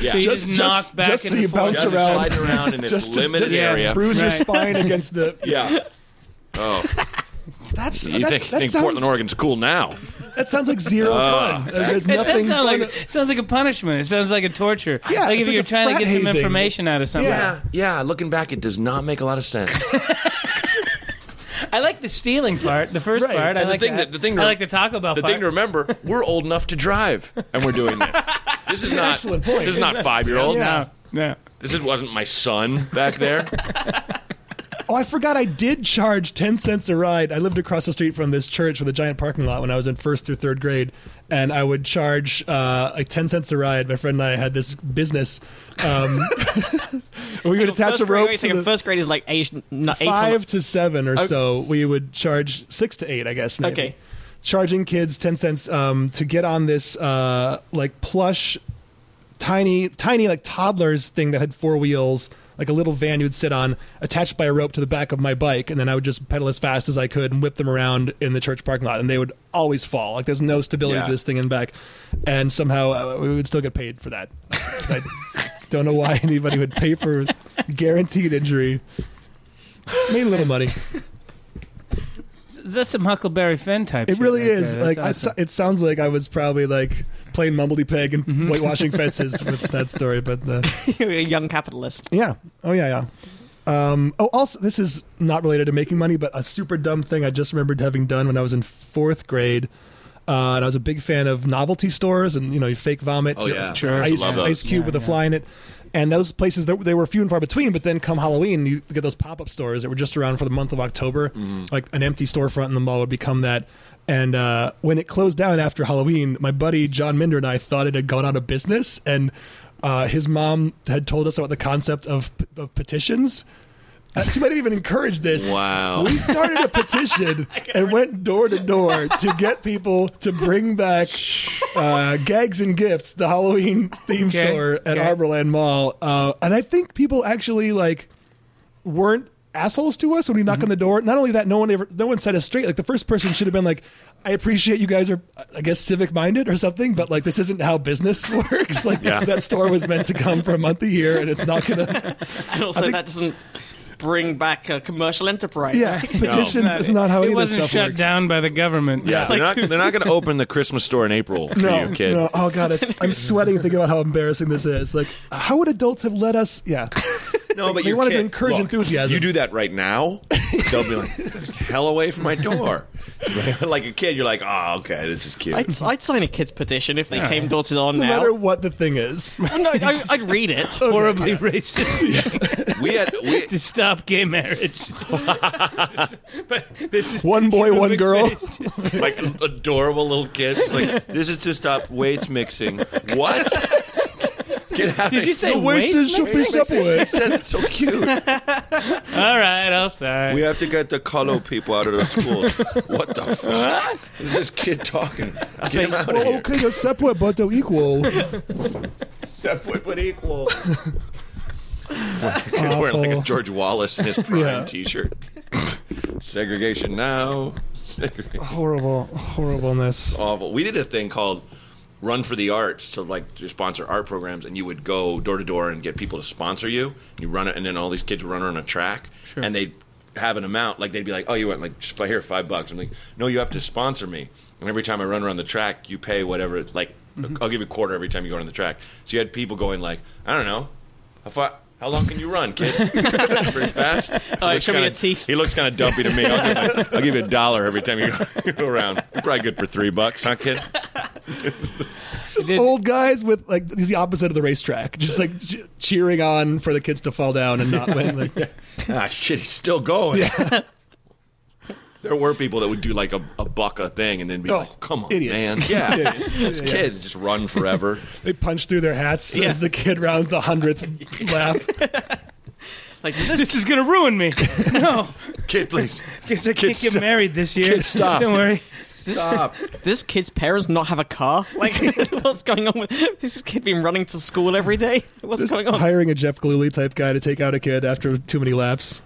Yeah, so you Just- just, just- knock back just and so you forth. bounce just around. slide around in this Just- just- limited just- area. Bruise your Right. spine against the. Yeah. Oh, That's you that, think, that think sounds, Portland, Uh, Oregon's cool now? That sounds like zero fun. There's It nothing. does sound fun- like sounds like a punishment. It sounds like a torture. Yeah, like it's if like you're a trying to frat get some hazing. information out of somebody. Yeah. yeah. Looking back, it does not make a lot of sense. I like the stealing part, the first Right. part. I And the like thing that- that. the thing I to- like the Taco Bell The part. thing to remember: we're old enough to drive, and we're doing this. This is not. excellent point. This is not five-year-olds. Yeah. no, no. This is, wasn't my son back there. Oh, I forgot I did charge 10 cents a ride. I lived across the street from this church with a giant parking lot when I was in first through third grade. And I would charge uh, like 10 cents a ride. My friend and I had this business. Um, we would attach First a grade, rope wait a to second, the first grade is like age n- eight. Oh. five to seven or so. We would charge six to eight, I guess. Maybe. Okay. Charging kids 10 cents um, to get on this uh, like plush tiny, tiny like toddlers thing that had four wheels, like a little van you'd sit on, attached by a rope to the back of my bike, and then I would just pedal as fast as I could and whip them around in the church parking lot, and they would always fall. Like there's no stability Yeah. to this thing and back, and somehow uh, we would still get paid for that. I don't know why anybody would pay for guaranteed injury. Made a little money. That's some Huckleberry Finn type. It shit really right is. there. That's Like I- awesome. it sounds like I was probably like playing mumbledy peg and Mm-hmm. whitewashing fences with that story, but. Uh, You're a young capitalist. Yeah. Oh yeah, yeah. Um, oh, also, this is not related to making money, but a super dumb thing I just remembered having done when I was in fourth grade. Uh, and I was a big fan of novelty stores and you know you fake vomit, Oh, you yeah. know, Sure. ice, Love those. ice cube Yeah, with a yeah. fly in it, and those places they, they were few and far between. But then come Halloween, you get those pop up stores that were just around for the month of October, Mm-hmm. like an empty storefront in the mall would become that. And uh, when it closed down after Halloween, my buddy John Minder and I thought it had gone out of business, and uh, his mom had told us about the concept of, of petitions. Uh, she might have even encouraged this. Wow. We started a petition and went door to door to get people to bring back uh, Gags and Gifts, the Halloween theme Okay, store at okay. Arborland Mall. Uh, and I think people actually like weren't assholes to us when we knock on the Mm-hmm. door. Not only that, no one ever, no one set us straight. Like the first person should have been like, "I appreciate you guys are, I guess, civic minded or something, but like this isn't how business works. Like that store was meant to come for a month a year, and it's not gonna. And also, that doesn't bring back a commercial enterprise. Yeah, petitions. Not- it's not how it any of this wasn't stuff shut works. down by the government. Yeah, they're not. They're not going to open the Christmas store in April for No, you, kid. no. Oh god, it's, I'm sweating thinking about how embarrassing this is. Like, how would adults have let us? Yeah, No, but They your wanted to kid- encourage enthusiasm. You do that right now, they'll be like, "Get the "Hell away from my door!" like a kid, you're like, "Oh, okay, this is cute." I'd, I'd sign a kid's petition if they came door to door no now. matter what the thing is. Oh, no, I, I'd read it. Horribly racist we had we, to stop gay marriage. but this is One boy, one girl. like adorable little kids. Like this is to stop waste mixing. What? Get out! Did you say waste? Waste should be Subway. says it's so cute. All right, I'll sorry. have to get the color people out of the schools. What the fuck? Is this kid talking? Get him out Well, okay, you're separate but they're equal. Separate but equal. Kid's wearing like a Awful. George Wallace in his prime Yeah. T-shirt. Segregation now. Segregation. Horrible, horribleness. awful. We did a thing called Run for the Arts to like to sponsor art programs, and you would go door to door and get people to sponsor you. And you run it, and then all these kids would run on a track, and they'd have an amount. Like they'd be like, "Oh, you went like just fi- here five bucks." I'm like, "No, you have to sponsor me." And every time I run around the track, you Mm-hmm. pay whatever. It's like I'll give you a quarter every time you go on the track. So you had people going like, "I don't know." How far? How long can you run, kid? Pretty fast. He right, looks show me kinda- your teeth. He looks kind of dumpy to me. I'll give, you- I'll give you a dollar every time you go, you go around. You're probably good for three bucks, huh, kid? Did- Old guys with like he's the opposite of the racetrack, just like ch- cheering on for the kids to fall down and not win. Like, ah, shit, he's still going. there were people that would do like a, a buck a thing and then be Oh, like, come on, idiots. man. Yeah. Idiots. These Yeah. kids just run forever. They punch through their hats Yeah. as the kid rounds the hundredth lap. Like, does this this is gonna ruin me. No, kid, please. guess I can't Kid, get stop. married this year. Kid, stop. Don't worry. Stop. this kid's parents not have a car? Like, what's going on with this kid been running to school every day? What's going on? Hiring a Jeff Galooly type guy to take out a kid after too many laps.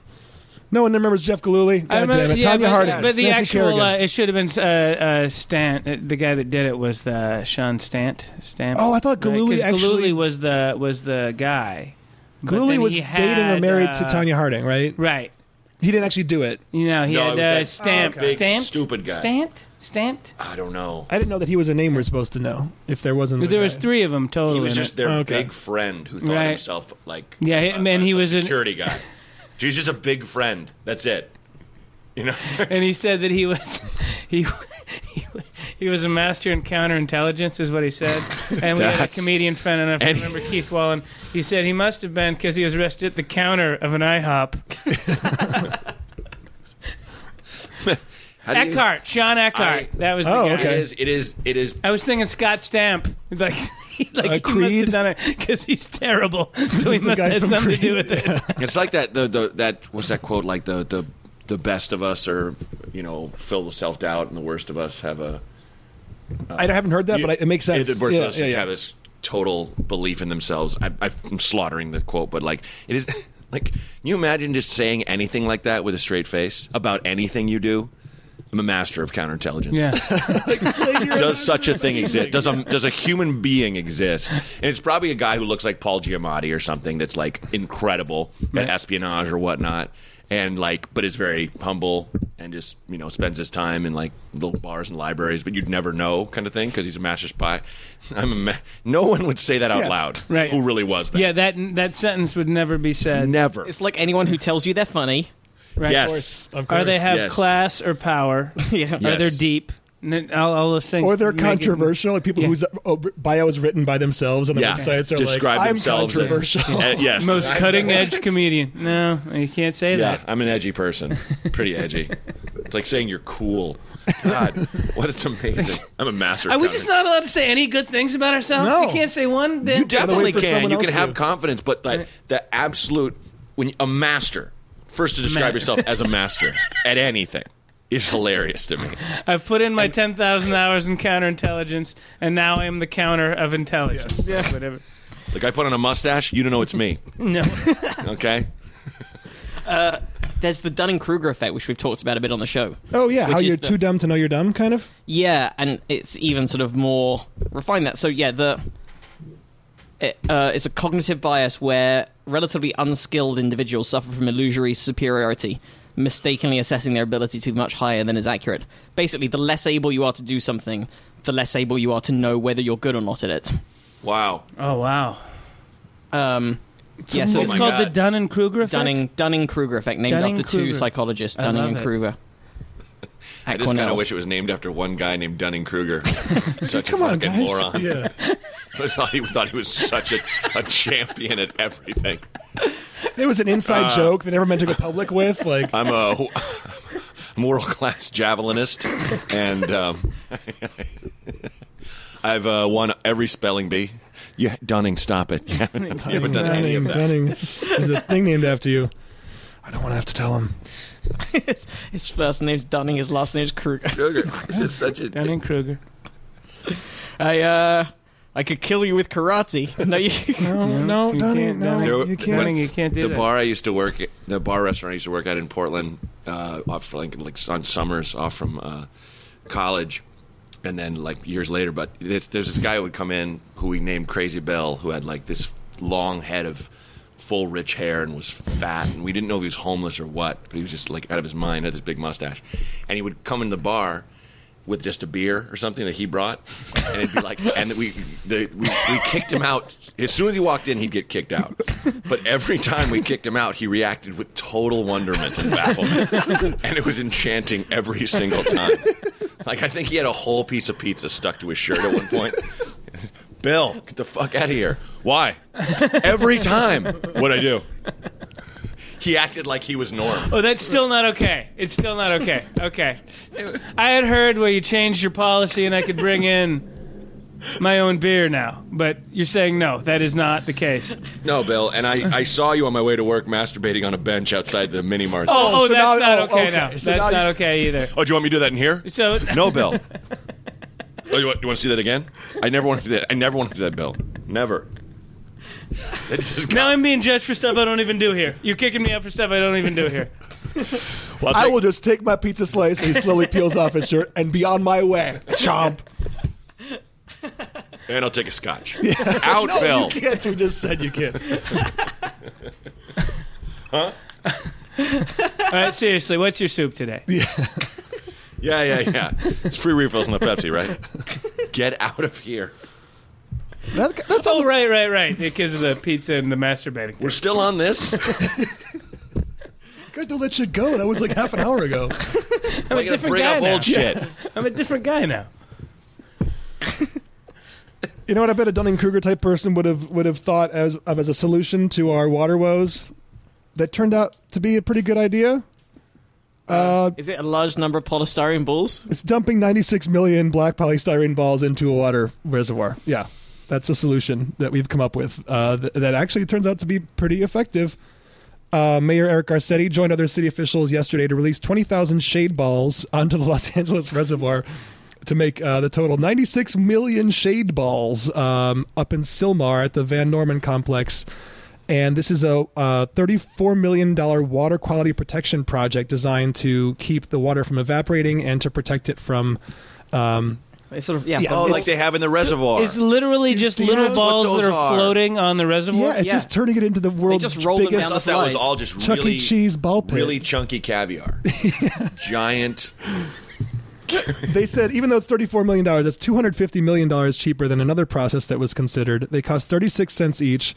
No one remembers Jeff Galooly. God damn it. yeah, Tanya but- Harding. But the Nancy actual, Kerrigan. uh, it should have been uh, uh, Stant. uh, The guy that did it was uh, Sean Stant. Stamp. Oh, I thought Galooly Right, 'cause actually- Galooly was the was the guy. But Galooly then was he dating had, or married to uh, Tanya Harding, right? Right. He didn't actually do it. You know, he No, had it was that uh, stamped, Oh, okay. big, stamped, stupid guy. stamped, stamped. I don't know. I didn't know that he was a name we're supposed to know. If there wasn't, But a there was guy. three of them total. He was in just it. their Okay. big friend who thought Right. himself like Yeah, a- and a- he a was an- security guy. He's just a big friend. That's it. You know, and he said that he was he. he- He was a master in counterintelligence, is what he said. And we had a That's- comedian friend, and I and- remember Keith Wallen. He said he must have been because he was arrested at the counter of an IHOP. How do you- Eckhart, Sean Eckhart. I- that was the Oh, guy. It okay. is. It is. It is. I was thinking Scott Stamp, like, like he must Creed? have done it because he's terrible, so he is the must guy have had from something to do Creed. with it. It's like that. The, the that what's that quote? Like the the the best of us are you know filled with self doubt, and the worst of us have a. I haven't heard that, but I, it makes sense. The worst Yeah, of us yeah, yeah. have this total belief in themselves. I, I'm slaughtering the quote, but like it is. Like, can you imagine just saying anything like that with a straight face about anything you do? I'm a master of counterintelligence. does such a thing exist? Does a does a human being exist? And it's probably a guy who looks like Paul Giamatti or something that's like incredible at espionage or whatnot, and like, but is very humble and just you know spends his time in like little bars and libraries, but you'd never know kind of thing because he's a master spy. I'm a ma- no one would say that out Yeah. loud. Right. Who really was that? Yeah, that that sentence would never be said. Never. It's like anyone who tells you they're funny. Right? Yes. Of course, of course. Or they have Yes. class or power. yeah. Yeah. Or they're Yes. deep. N- All, all those things. or they're make it- controversial, like people Yeah. whose uh, bio is written by themselves on their Yeah. websites are Describe like, "I'm themselves as- controversial." Uh, yes. Most cutting edge comedian. No, you can't say Yeah, that. I'm an edgy person. Pretty edgy. It's like saying you're cool. God, what it's amazing. I'm a master. Are of we just counting. not allowed to say any good things about ourselves? No. We can't say one. You Dan? definitely for can. someone You can else have to. confidence, but that the absolute when you- a master first to describe Ma- yourself as a master at anything is hilarious to me. I've put in my 10,000 hours in counterintelligence, and now I am the counter of intelligence. Yes. Yeah. Whatever. Like I put on a mustache, you don't know it's me. No. Okay, There's the Dunning Kruger effect, which we've talked about a bit on the show. Oh yeah, how Which is you're the- too dumb to know you're dumb, kind of. Yeah, and it's even sort of more refined that. So yeah, the it, uh, it's a cognitive bias where relatively unskilled individuals suffer from illusory superiority, mistakenly assessing their ability to be much higher than is accurate. Basically, the less able you are to do something, the less able you are to know whether you're good or not at it. wow. Oh, wow. Um, yeah, so Oh it's my called the God. Dunning Kruger effect. Dunning Dunning Kruger effect, named after two Dunning-Kruger. psychologists, I Dunning love and it. Kruger. I At just kind Cornell. of wish it was named after one guy named Dunning Kruger. Such Come a on, fucking guys. moron. Yeah. I thought he thought he was such a, a champion at everything. It was an inside Uh, joke they never meant to go public with. Like, I'm a moral class javelinist, and um, I've uh, won every spelling bee. Yeah, Dunning, stop it. You haven't, you haven't done any of Dunning, that. Dunning. There's a thing named after you. I don't want to have to tell him. his, his first name's Dunning, his last name's Kruger. Sugar. It's just such a. Dunning Kruger. I uh I could kill you with karate. No, you No, no, you Dunning, can't, no, Dunning. you Dunning, can't. you can't do the that. bar I used to work at, the bar restaurant I used to work at in Portland, uh, off like, like on summers off from uh, college, and then like years later. But there's, there's this guy who would come in who we named Crazy Bill, who had like this long head of full rich hair and was fat, and we didn't know if he was homeless or what, but he was just like out of his mind, had this big mustache, and he would come in the bar with just a beer or something that he brought, and it'd be like, and we the, we we kicked him out as soon as he walked in, he'd get kicked out. But every time we kicked him out, he reacted with total wonderment and bafflement, and it was enchanting every single time. Like I think he had a whole piece of pizza stuck to his shirt at one point. Bill, get the fuck out of here. Why? Every time. What'd I do? He acted like he was Norm. Oh, that's still not okay. It's still not okay. Okay. I had heard where you changed your policy and I could bring in my own beer now, but you're saying no, that is not the case. No, Bill, and I, I saw you on my way to work masturbating on a bench outside the mini mart. Oh, so that's now- not oh, okay, okay. So now. that's now you- not okay either. Oh, do you want me to do that in here? So No, Bill. oh, you want, you want to see that again? I never want to do that. I never want to do that, Bill. Never. That just got- now I'm being judged for stuff I don't even do here. You're kicking me out for stuff I don't even do here. well, I'll I take- will just take my pizza slice. And he slowly peels off his shirt and be on my way. Chomp. and I'll take a scotch. Out, Bill. You can't. We just said you can't. All right, seriously, what's your soup today? Yeah, yeah, yeah. It's free refills on the Pepsi, right? Get out of here. That, that's all Oh, right, right, right. Because of the pizza and the masturbating. We're still on this. Guys, don't let shit go. That was like half an hour ago. I'm a We're gonna different bring guy up now. old shit. I'm a different guy now. You know what? I bet a Dunning Kruger type person would have would have thought as of as a solution to our water woes. That turned out to be a pretty good idea. Uh, Is it a large number of polystyrene balls? It's dumping 96 million black polystyrene balls into a water reservoir. Yeah, that's a solution that we've come up with uh, th- that actually turns out to be pretty effective. Uh, Mayor Eric Garcetti joined other city officials yesterday to release 20,000 shade balls onto the Los Angeles reservoir to make uh, the total 96 million shade balls um, up in Silmar at the Van Norman complex. And this is a uh, $34 million water quality protection project designed to keep the water from evaporating and to protect it from. Um, It's sort of yeah. Yeah, Oh, balls. like they have in the reservoir. It's literally just see little how- balls What that those are, are. floating on the reservoir. yeah, it's yeah. just turning it into the world's just roll them biggest. I down thought that was slides. all just Chuck E. really Cheese ball pit. really chunky caviar, giant. they said even though it's $34 million that's $250 million cheaper than another process that was considered they cost 36 cents each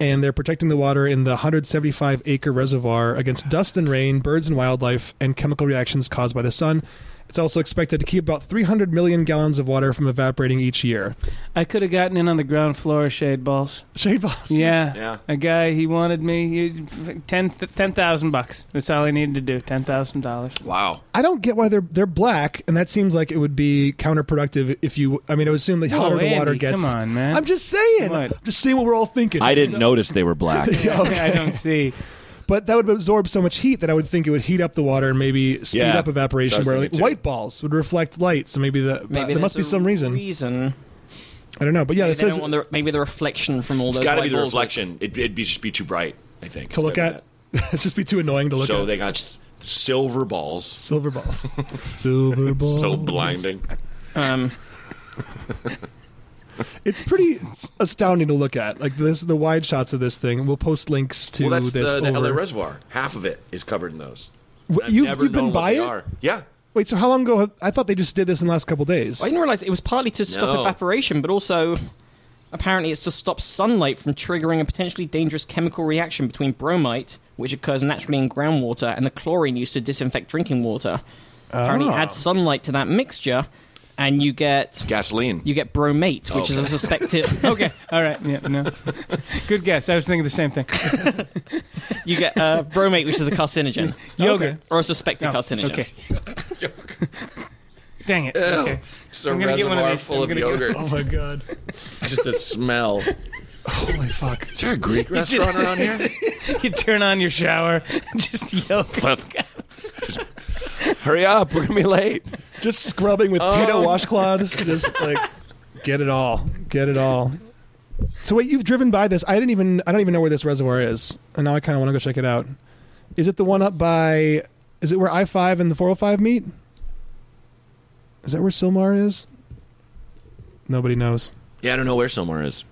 and they're protecting the water in the 175 acre reservoir against dust and rain birds and wildlife and chemical reactions caused by the sun it's also expected to keep about 300 million gallons of water from evaporating each year I could have gotten in on the ground floor of shade balls. shade balls Yeah. Yeah. A guy, he wanted me he, 10 10000 bucks. That's all I needed to do. $10,000. Wow. i don't get why they're they're black and that seems like it would be counterproductive if you i mean i would assume the hotter Oh, the water Andy, gets Come on, man. i'm just saying What? I'm just seeing what we're all thinking notice they were black. Yeah, okay. I don't see. But that would absorb so much heat that I would think it would heat up the water and maybe speed Yeah. up evaporation. That's what I Where was like, thinking, too. white balls would reflect light, so maybe the Maybe there must be there's a some reason. Reason. I don't know, but yeah, Maybe, it they don't says want the, maybe the reflection from all It's those. got to white be the balls. reflection. It, it'd be just be too bright. I think to look at. it's just be too annoying to look so at. they got s- silver balls. Silver balls, silver balls. So blinding. Um, It's pretty astounding to look at. Like this, the wide shots of this thing. We'll post links to Well, that's this. the, the LA over- reservoir. Half of it is covered in those. Wh- I've you've never you've been known what by they it. are. Yeah. Wait, so how long ago? Have, I thought they just did this in the last couple days. I didn't realize it was partly to stop No. evaporation, but also apparently it's to stop sunlight from triggering a potentially dangerous chemical reaction between bromite, which occurs naturally in groundwater, and the chlorine used to disinfect drinking water. Apparently, Ah. add sunlight to that mixture, and you get Gasoline. you get bromate, which is a suspected. Okay. All right. Yeah, no. Good guess. I was thinking the same thing. you get uh, bromate, which is a carcinogen Yogurt. or a suspected No. carcinogen. Okay. Dang it. Okay. It's a I'm gonna get one of reservoir these. full I'm of gonna get yogurt. Oh my god! just the smell. Holy fuck! Is there a Greek restaurant around here? You turn on your shower, just yogurt. Hurry up. We're going to be late. just scrubbing with pedo washcloths. Just like get it all, get it all. So wait, you've driven by this? I didn't even. I don't even know where this reservoir is, and now I kind of want to go check it out. Is it the one up by? Is it where I five and the four hundred five meet? Is that where Silmar is? Nobody knows. Yeah, I don't know where somewhere is.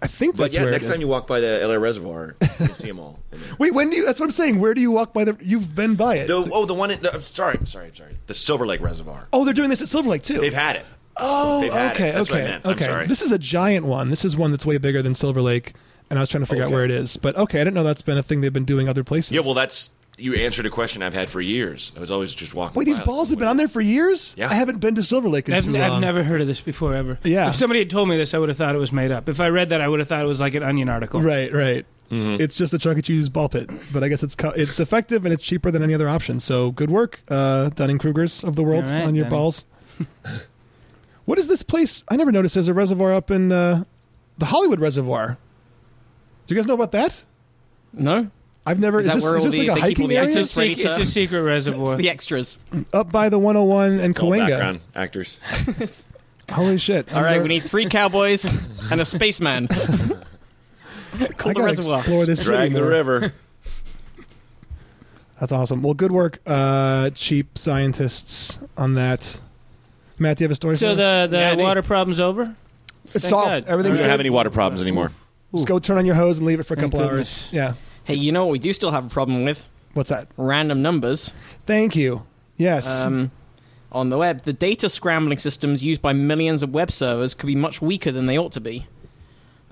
I think But that's yeah, where. next it is. time you walk by the LA Reservoir, you can see them all. in there. Wait, when do you? That's what I'm saying. Where do you walk by the? You've been by it. The, oh, the one. In, the, I'm sorry, I'm sorry, I'm sorry. The Silver Lake Reservoir. Oh, they're doing this at Silver Lake too. They've had it. oh, they've had it. okay, That's okay, what I meant. I'm okay. sorry. This is a giant one. This is one that's way bigger than Silver Lake, and I was trying to figure out Okay. where it is. But okay, I didn't know that's been a thing they've been doing other places. Yeah, well, that's you answered a question I've had for years. I was always just walking. wait, these by. balls have been on there for years. Yeah. I haven't been to Silver Lake in I've, too n- long. I've never heard of this before ever. Yeah. If somebody had told me this, I would have thought it was made up. If I read that, I would have thought it was like an Onion article. Right, right. Mm-hmm. It's just a Chuck E. Cheese ball pit, but I guess it's co- it's effective and it's cheaper than any other option. So good work, uh, Dunning Krugers of the world, All right, on your Dunning. balls. what is this place? I never noticed. There's a reservoir up in uh, the Hollywood Reservoir. Do you guys know about that? No? I've never. Is Is, that this, where is all this the- like a they keep all hiking the area? It's a, Just ready sec- it's to- a secret It's reservoir. the extras. up by the 101 and It's all Cahuenga. background actors. Holy shit! All right, we need three cowboys and a spaceman. I Call the gotta reservoir. explore this city Drag the more. river. That's awesome. Well, good work, uh, cheap scientists on that. Matt, do you have a story? So for us? the, the Yeah, I do. water problem's over? It's Thank solved. God. We Everything's don't good. have any water problems anymore. Just go turn on your hose and leave it for a Thank couple hours. goodness. Yeah. Hey, you know what we do still have a problem with? What's that? Random numbers. Thank you. Yes. Um, on the web, the data scrambling systems used by millions of web servers could be much weaker than they ought to be.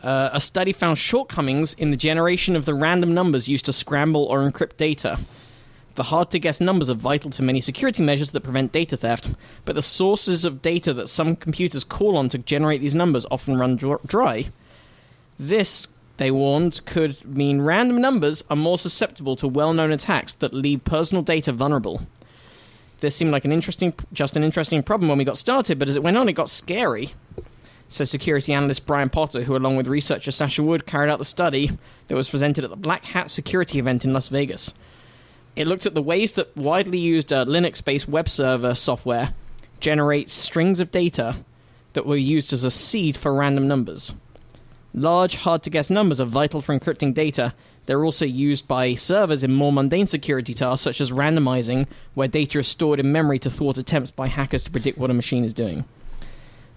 Uh, a study found shortcomings in the generation of the random numbers used to scramble or encrypt data. The hard to guess numbers are vital to many security measures that prevent data theft, but the sources of data that some computers call on to generate these numbers often run dr- dry. This, they warned, could mean random numbers are more susceptible to well known attacks that leave personal data vulnerable. This seemed like an interesting, just an interesting problem when we got started, but as it went on, it got scary. So, security analyst Brian Potter, who along with researcher Sasha Wood carried out the study that was presented at the Black Hat security event in Las Vegas. It looked at the ways that widely used uh, Linux based web server software generates strings of data that were used as a seed for random numbers. Large, hard to guess numbers are vital for encrypting data. They're also used by servers in more mundane security tasks, such as randomizing, where data is stored in memory to thwart attempts by hackers to predict what a machine is doing.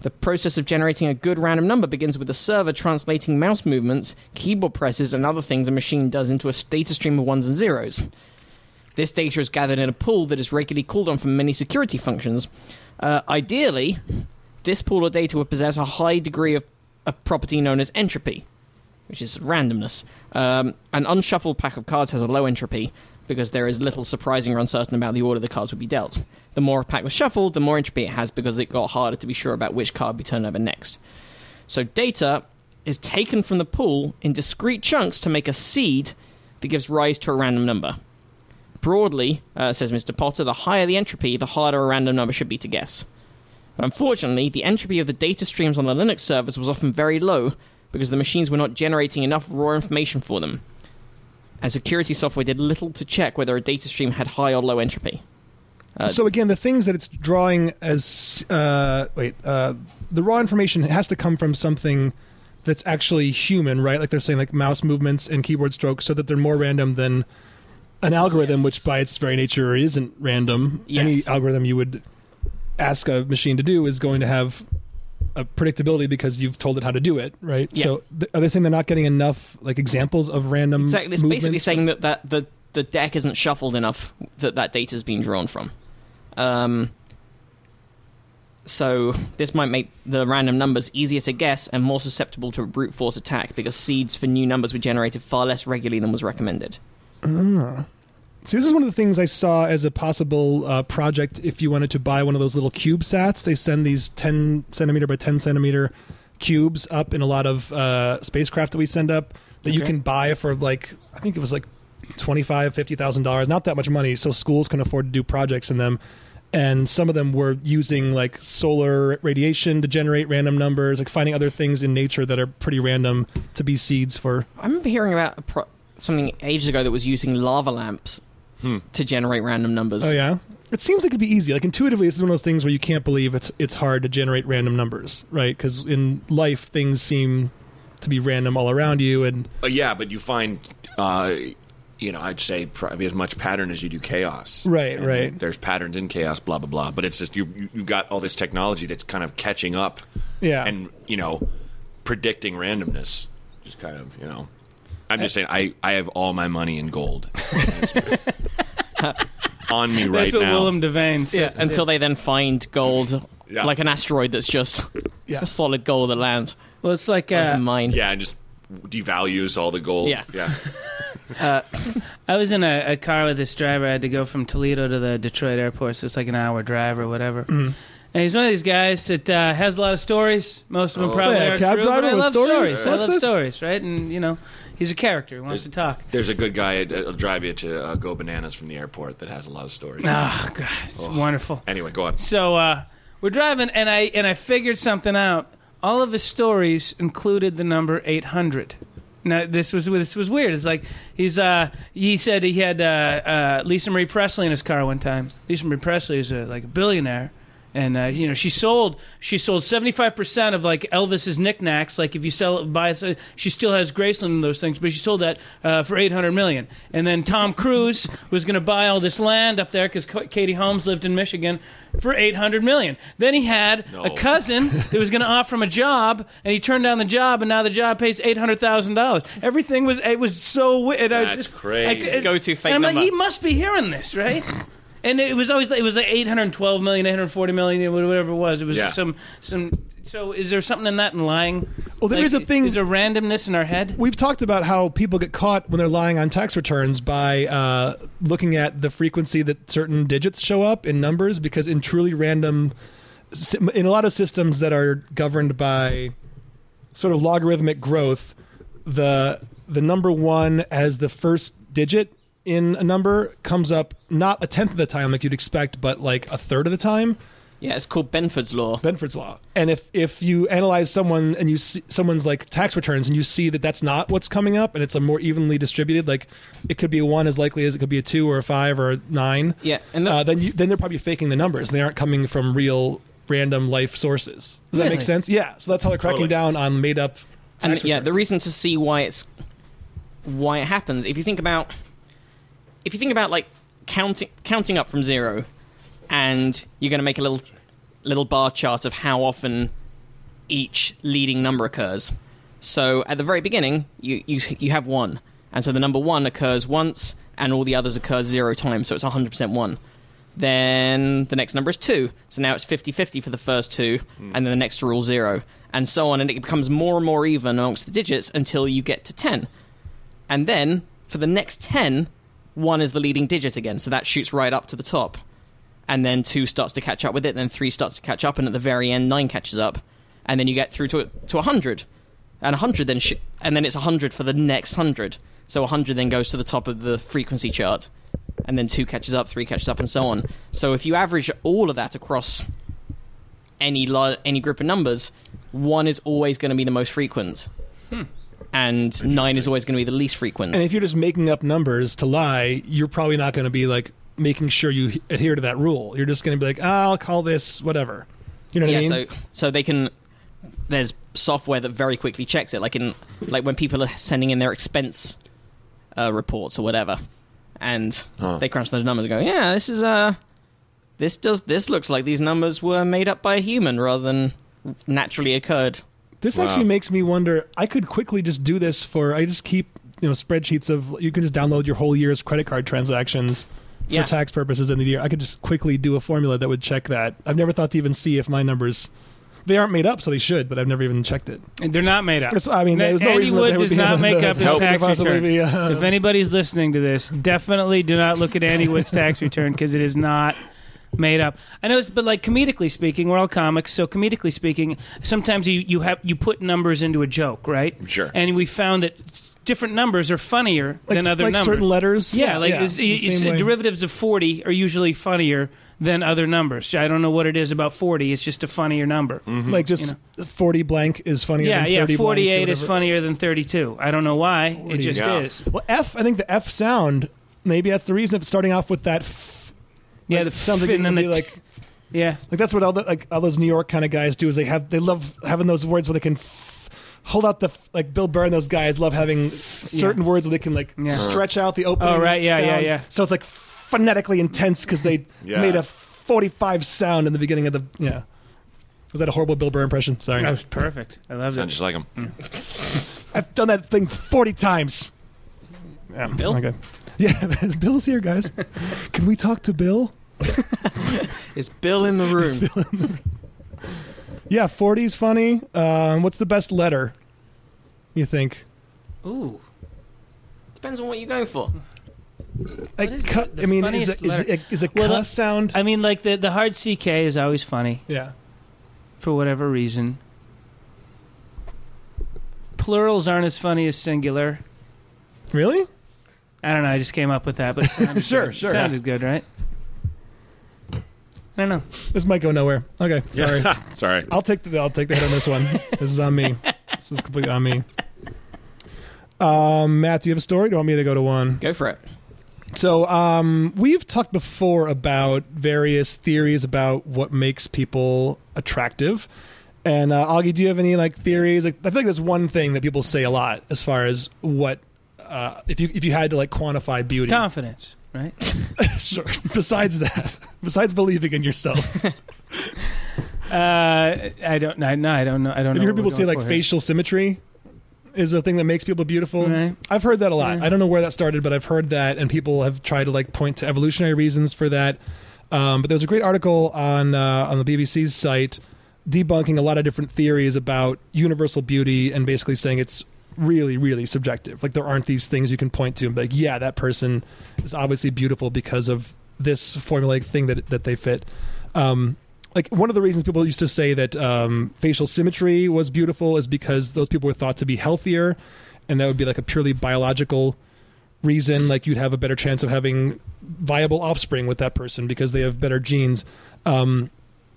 The process of generating a good random number begins with the server translating mouse movements, keyboard presses, and other things a machine does into a data stream of ones and zeros. This data is gathered in a pool that is regularly called on for many security functions. Uh, ideally, this pool of data would possess a high degree of a property known as entropy, which is randomness. Um, an unshuffled pack of cards has a low entropy because there is little surprising or uncertain about the order the cards would be dealt. The more a pack was shuffled, the more entropy it has because it got harder to be sure about which card would be turned over next. So data is taken from the pool in discrete chunks to make a seed that gives rise to a random number. Broadly, uh, says Mr. Potter, the higher the entropy, the harder a random number should be to guess. But unfortunately, the entropy of the data streams on the Linux servers was often very low because the machines were not generating enough raw information for them. And security software did little to check whether a data stream had high or low entropy. Uh, so again, the things that it's drawing as uh, wait, uh, the raw information has to come from something that's actually human, right? Like they're saying, like mouse movements and keyboard strokes, so that they're more random than an algorithm, Yes. which by its very nature isn't random. Yes. Any algorithm you would ask a machine to do is going to have a predictability because you've told it how to do it, right? Yeah. So th- are they saying they're not getting enough like examples of random? Exactly. It's basically Mm, movements? saying that, that the, the deck isn't shuffled enough that that data's been drawn from. Um, so this might make the random numbers easier to guess and more susceptible to a brute force attack because seeds for new numbers were generated far less regularly than was recommended. See, this is one of the things I saw as a possible uh, project. If you wanted to buy one of those little cube sats, they send these ten centimeter by ten centimeter cubes up in a lot of uh, spacecraft that we send up that you Okay. can buy for like I think it was like twenty five, fifty thousand dollars. Not that much money, so schools can afford to do projects in them. And some of them were using like solar radiation to generate random numbers, like finding other things in nature that are pretty random to be seeds for. I remember hearing about a pro- something ages ago that was using lava lamps Hmm. to generate random numbers. Oh yeah. It seems like it'd be easy. Like intuitively, this is one of those things where you can't believe it's it's hard to generate random numbers, right? Because in life, things seem to be random all around you, and Uh, yeah, but you find, uh, you know, I'd say probably as much pattern as you do chaos. Right, And right. There's patterns in chaos, blah blah blah. But it's just you've you- you've got all this technology that's kind of catching up, yeah, and you know, predicting randomness. Just kind of, you know. I'm just saying, I, I have all my money in gold on me right That's what now. Willem Devane Yeah, says. to until they then find gold, Yeah. like an asteroid that's just Yeah. a solid gold that lands. Well, it's like, Like uh, a mine. yeah, and just devalues all the gold. Yeah. yeah. I was in a, a car with this driver. I had to go from Toledo to the Detroit airport, so it's like an hour drive or whatever. Mm. And he's one of these guys that uh, has a lot of stories. Most of them Oh. probably Yeah, aren't cab true, but driver I with love stories? stories. I What's love this? stories, right? And you know, he's a character. He wants to talk. There's a good guy that'll drive you to uh, Go Bananas from the airport that has a lot of stories. Oh God, it's wonderful. Anyway, go on. So uh, we're driving, and I and I figured something out. All of his stories included the number eight hundred. Now this was this was weird. It's like he's uh, he said he had uh, uh, Lisa Marie Presley in his car one time. Lisa Marie Presley is a, like a billionaire, and uh, you know she sold she sold seventy five percent of like Elvis's knickknacks. Like if you sell buy she still has Graceland and those things, but she sold that uh, for eight hundred million. And then Tom Cruise was going to buy all this land up there because Katie Holmes lived in Michigan for eight hundred million. Then he had No. a cousin that was going to offer him a job, and he turned down the job, and now the job pays eight hundred thousand dollars. Everything was it was so weird. I That's just, crazy. I- It's his go-to fake and I'm number. like, he must be hearing this, right? And it was always like, it was like 812 million, 840 million, whatever it was. It was Yeah. some some. So is there something in that in lying? Well, there Like, is a thing- Is there randomness in our head? We've talked about how people get caught when they're lying on tax returns by uh, looking at the frequency that certain digits show up in numbers because in truly random in a lot of systems that are governed by sort of logarithmic growth, the the number 1 as the first digit in a number comes up not a tenth of the time like you'd expect but like a third of the time Yeah, it's called Benford's Law. Benford's law. And if if you analyze someone and you see someone's like tax returns and you see that that's not what's coming up and it's a more evenly distributed, like it could be a one as likely as it could be a two or a five or a nine. Yeah, and the- uh, then you, then they're probably faking the numbers. They aren't coming from real random life sources. Does that Really? make sense? Yeah. So that's how they're cracking Totally. down on made up. and Tax yeah, returns. the reason to see why it's why it happens. If you think about if you think about like counting counting up from zero, and you're going to make a little little bar chart of how often each leading number occurs. So at the very beginning, you you you have one, and so the number one occurs once, and all the others occur zero times. So it's 100 percent one. Then the next number is two, so now it's 50-50 for the first two, and then the next are all zero, and so on, and it becomes more and more even amongst the digits until you get to 10. And then for the next 10, one is the leading digit again. So that shoots right up to the top. And then two starts to catch up with it. Then three starts to catch up. And at the very end, nine catches up. And then you get through to, to 100. And 100 then, sh- and then it's 100 for the next 100. So 100 then goes to the top of the frequency chart. And then two catches up, three catches up, and so on. So if you average all of that across any lar- any group of numbers, one is always going to be the most frequent, and nine is always going to be the least frequent. And if you're just making up numbers to lie, you're probably not going to be like making sure you adhere to that rule. You're just going to be like, ah, I'll call this whatever. You know what yeah, I mean? so so they can. There's software that very quickly checks it, like in like when people are sending in their expense uh, reports or whatever, and Huh. they crunch those numbers and go, yeah, this is uh, this does this looks like these numbers were made up by a human rather than naturally occurred. This Wow. actually makes me wonder. I could quickly just do this for. I just keep you know spreadsheets of. You can just download your whole year's credit card transactions for Yeah. tax purposes in the year. I could just quickly do a formula that would check that. I've never thought to even see if my numbers. They aren't made up, so they should, but I've never even checked it. And They're not made up. That's- I mean, there's no Andy reason that Wood they would does be not able make to- up his Help. tax Possibly return. be, uh, if anybody's listening to this, definitely do not look at Andy Wood's tax return because it is not made up. I know, it's, but like comedically speaking, we're all comics, so comedically speaking, sometimes you you have you put numbers into a joke, right? Sure. And we found that s- different numbers are funnier Like, than other like numbers. certain letters. yeah, like it's, the it's, same way. derivatives of forty are usually funnier than other numbers. I don't know what it is about forty; it's just a funnier number. like just forty blank is funnier. Yeah, Mm-hmm. than yeah, 30 blank or forty-eight is whatever. funnier than thirty-two. I don't know why; it just Yeah. is. Well, F. I think the F sound. Maybe that's the reason. If starting off with that. F, Yeah, like, the sounds like f- it and would then the be t- like Yeah. Like that's what all the like all those New York kind of guys do is they have they love having those words where they can f- hold out the f- like Bill Burr and those guys love having f- certain words where they can like Yeah. stretch out the opening. Oh, right. Yeah, yeah, sound. yeah. So it's like phonetically intense because they Yeah. made a forty-five sound in the beginning of the yeah. Was that a horrible Bill Burr impression? Sorry. That was perfect. I love Sound it. just like him. I've done that thing 40 times. Yeah, Bill? Okay. Yeah, Bill's here, guys. Can we talk to Bill? Is Bill in the room? Yeah, 40's funny. Um, what's the best letter you think? Ooh. Depends on what you're going for. Like, is cu- the- the I mean, is funniest a, is, a, is a Well, cuss the- sound? I mean, like the the hard CK is always funny yeah. for whatever reason. Plurals aren't as funny as singular. Really? I don't know. I just came up with that, but it sounded Sure, good. sure. sounded good, right? I don't know. This might go nowhere. Okay, sorry. Sorry. I'll take the I'll take the hit on this one. this is on me. This is completely on me. Um, Matt, do you have a story? Do you want me to go to one? Go for it. So um, we've talked before about various theories about what makes people attractive. And uh, Augie, do you have any like theories? Like, I feel like there's one thing that people say a lot as far as what uh, if you if you had to like quantify beauty. Confidence, right? sure. Besides that, besides believing in yourself, Uh, I don't. I, no, I don't know. I don't know. have you what heard people we're say going like for here. facial symmetry is a thing that makes people beautiful? Right. I've heard that a lot. Yeah. I don't know where that started, but I've heard that, and people have tried to like point to evolutionary reasons for that. Um, but there was a great article on uh, on the BBC's site debunking a lot of different theories about universal beauty and basically saying it's really really subjective. Like there aren't these things you can point to and be like, yeah, that person is obviously beautiful because of this formulaic thing that that they fit. Um, like one of the reasons people used to say that um, facial symmetry was beautiful is because those people were thought to be healthier and that would be like a purely biological reason like you'd have a better chance of having viable offspring with that person because they have better genes um,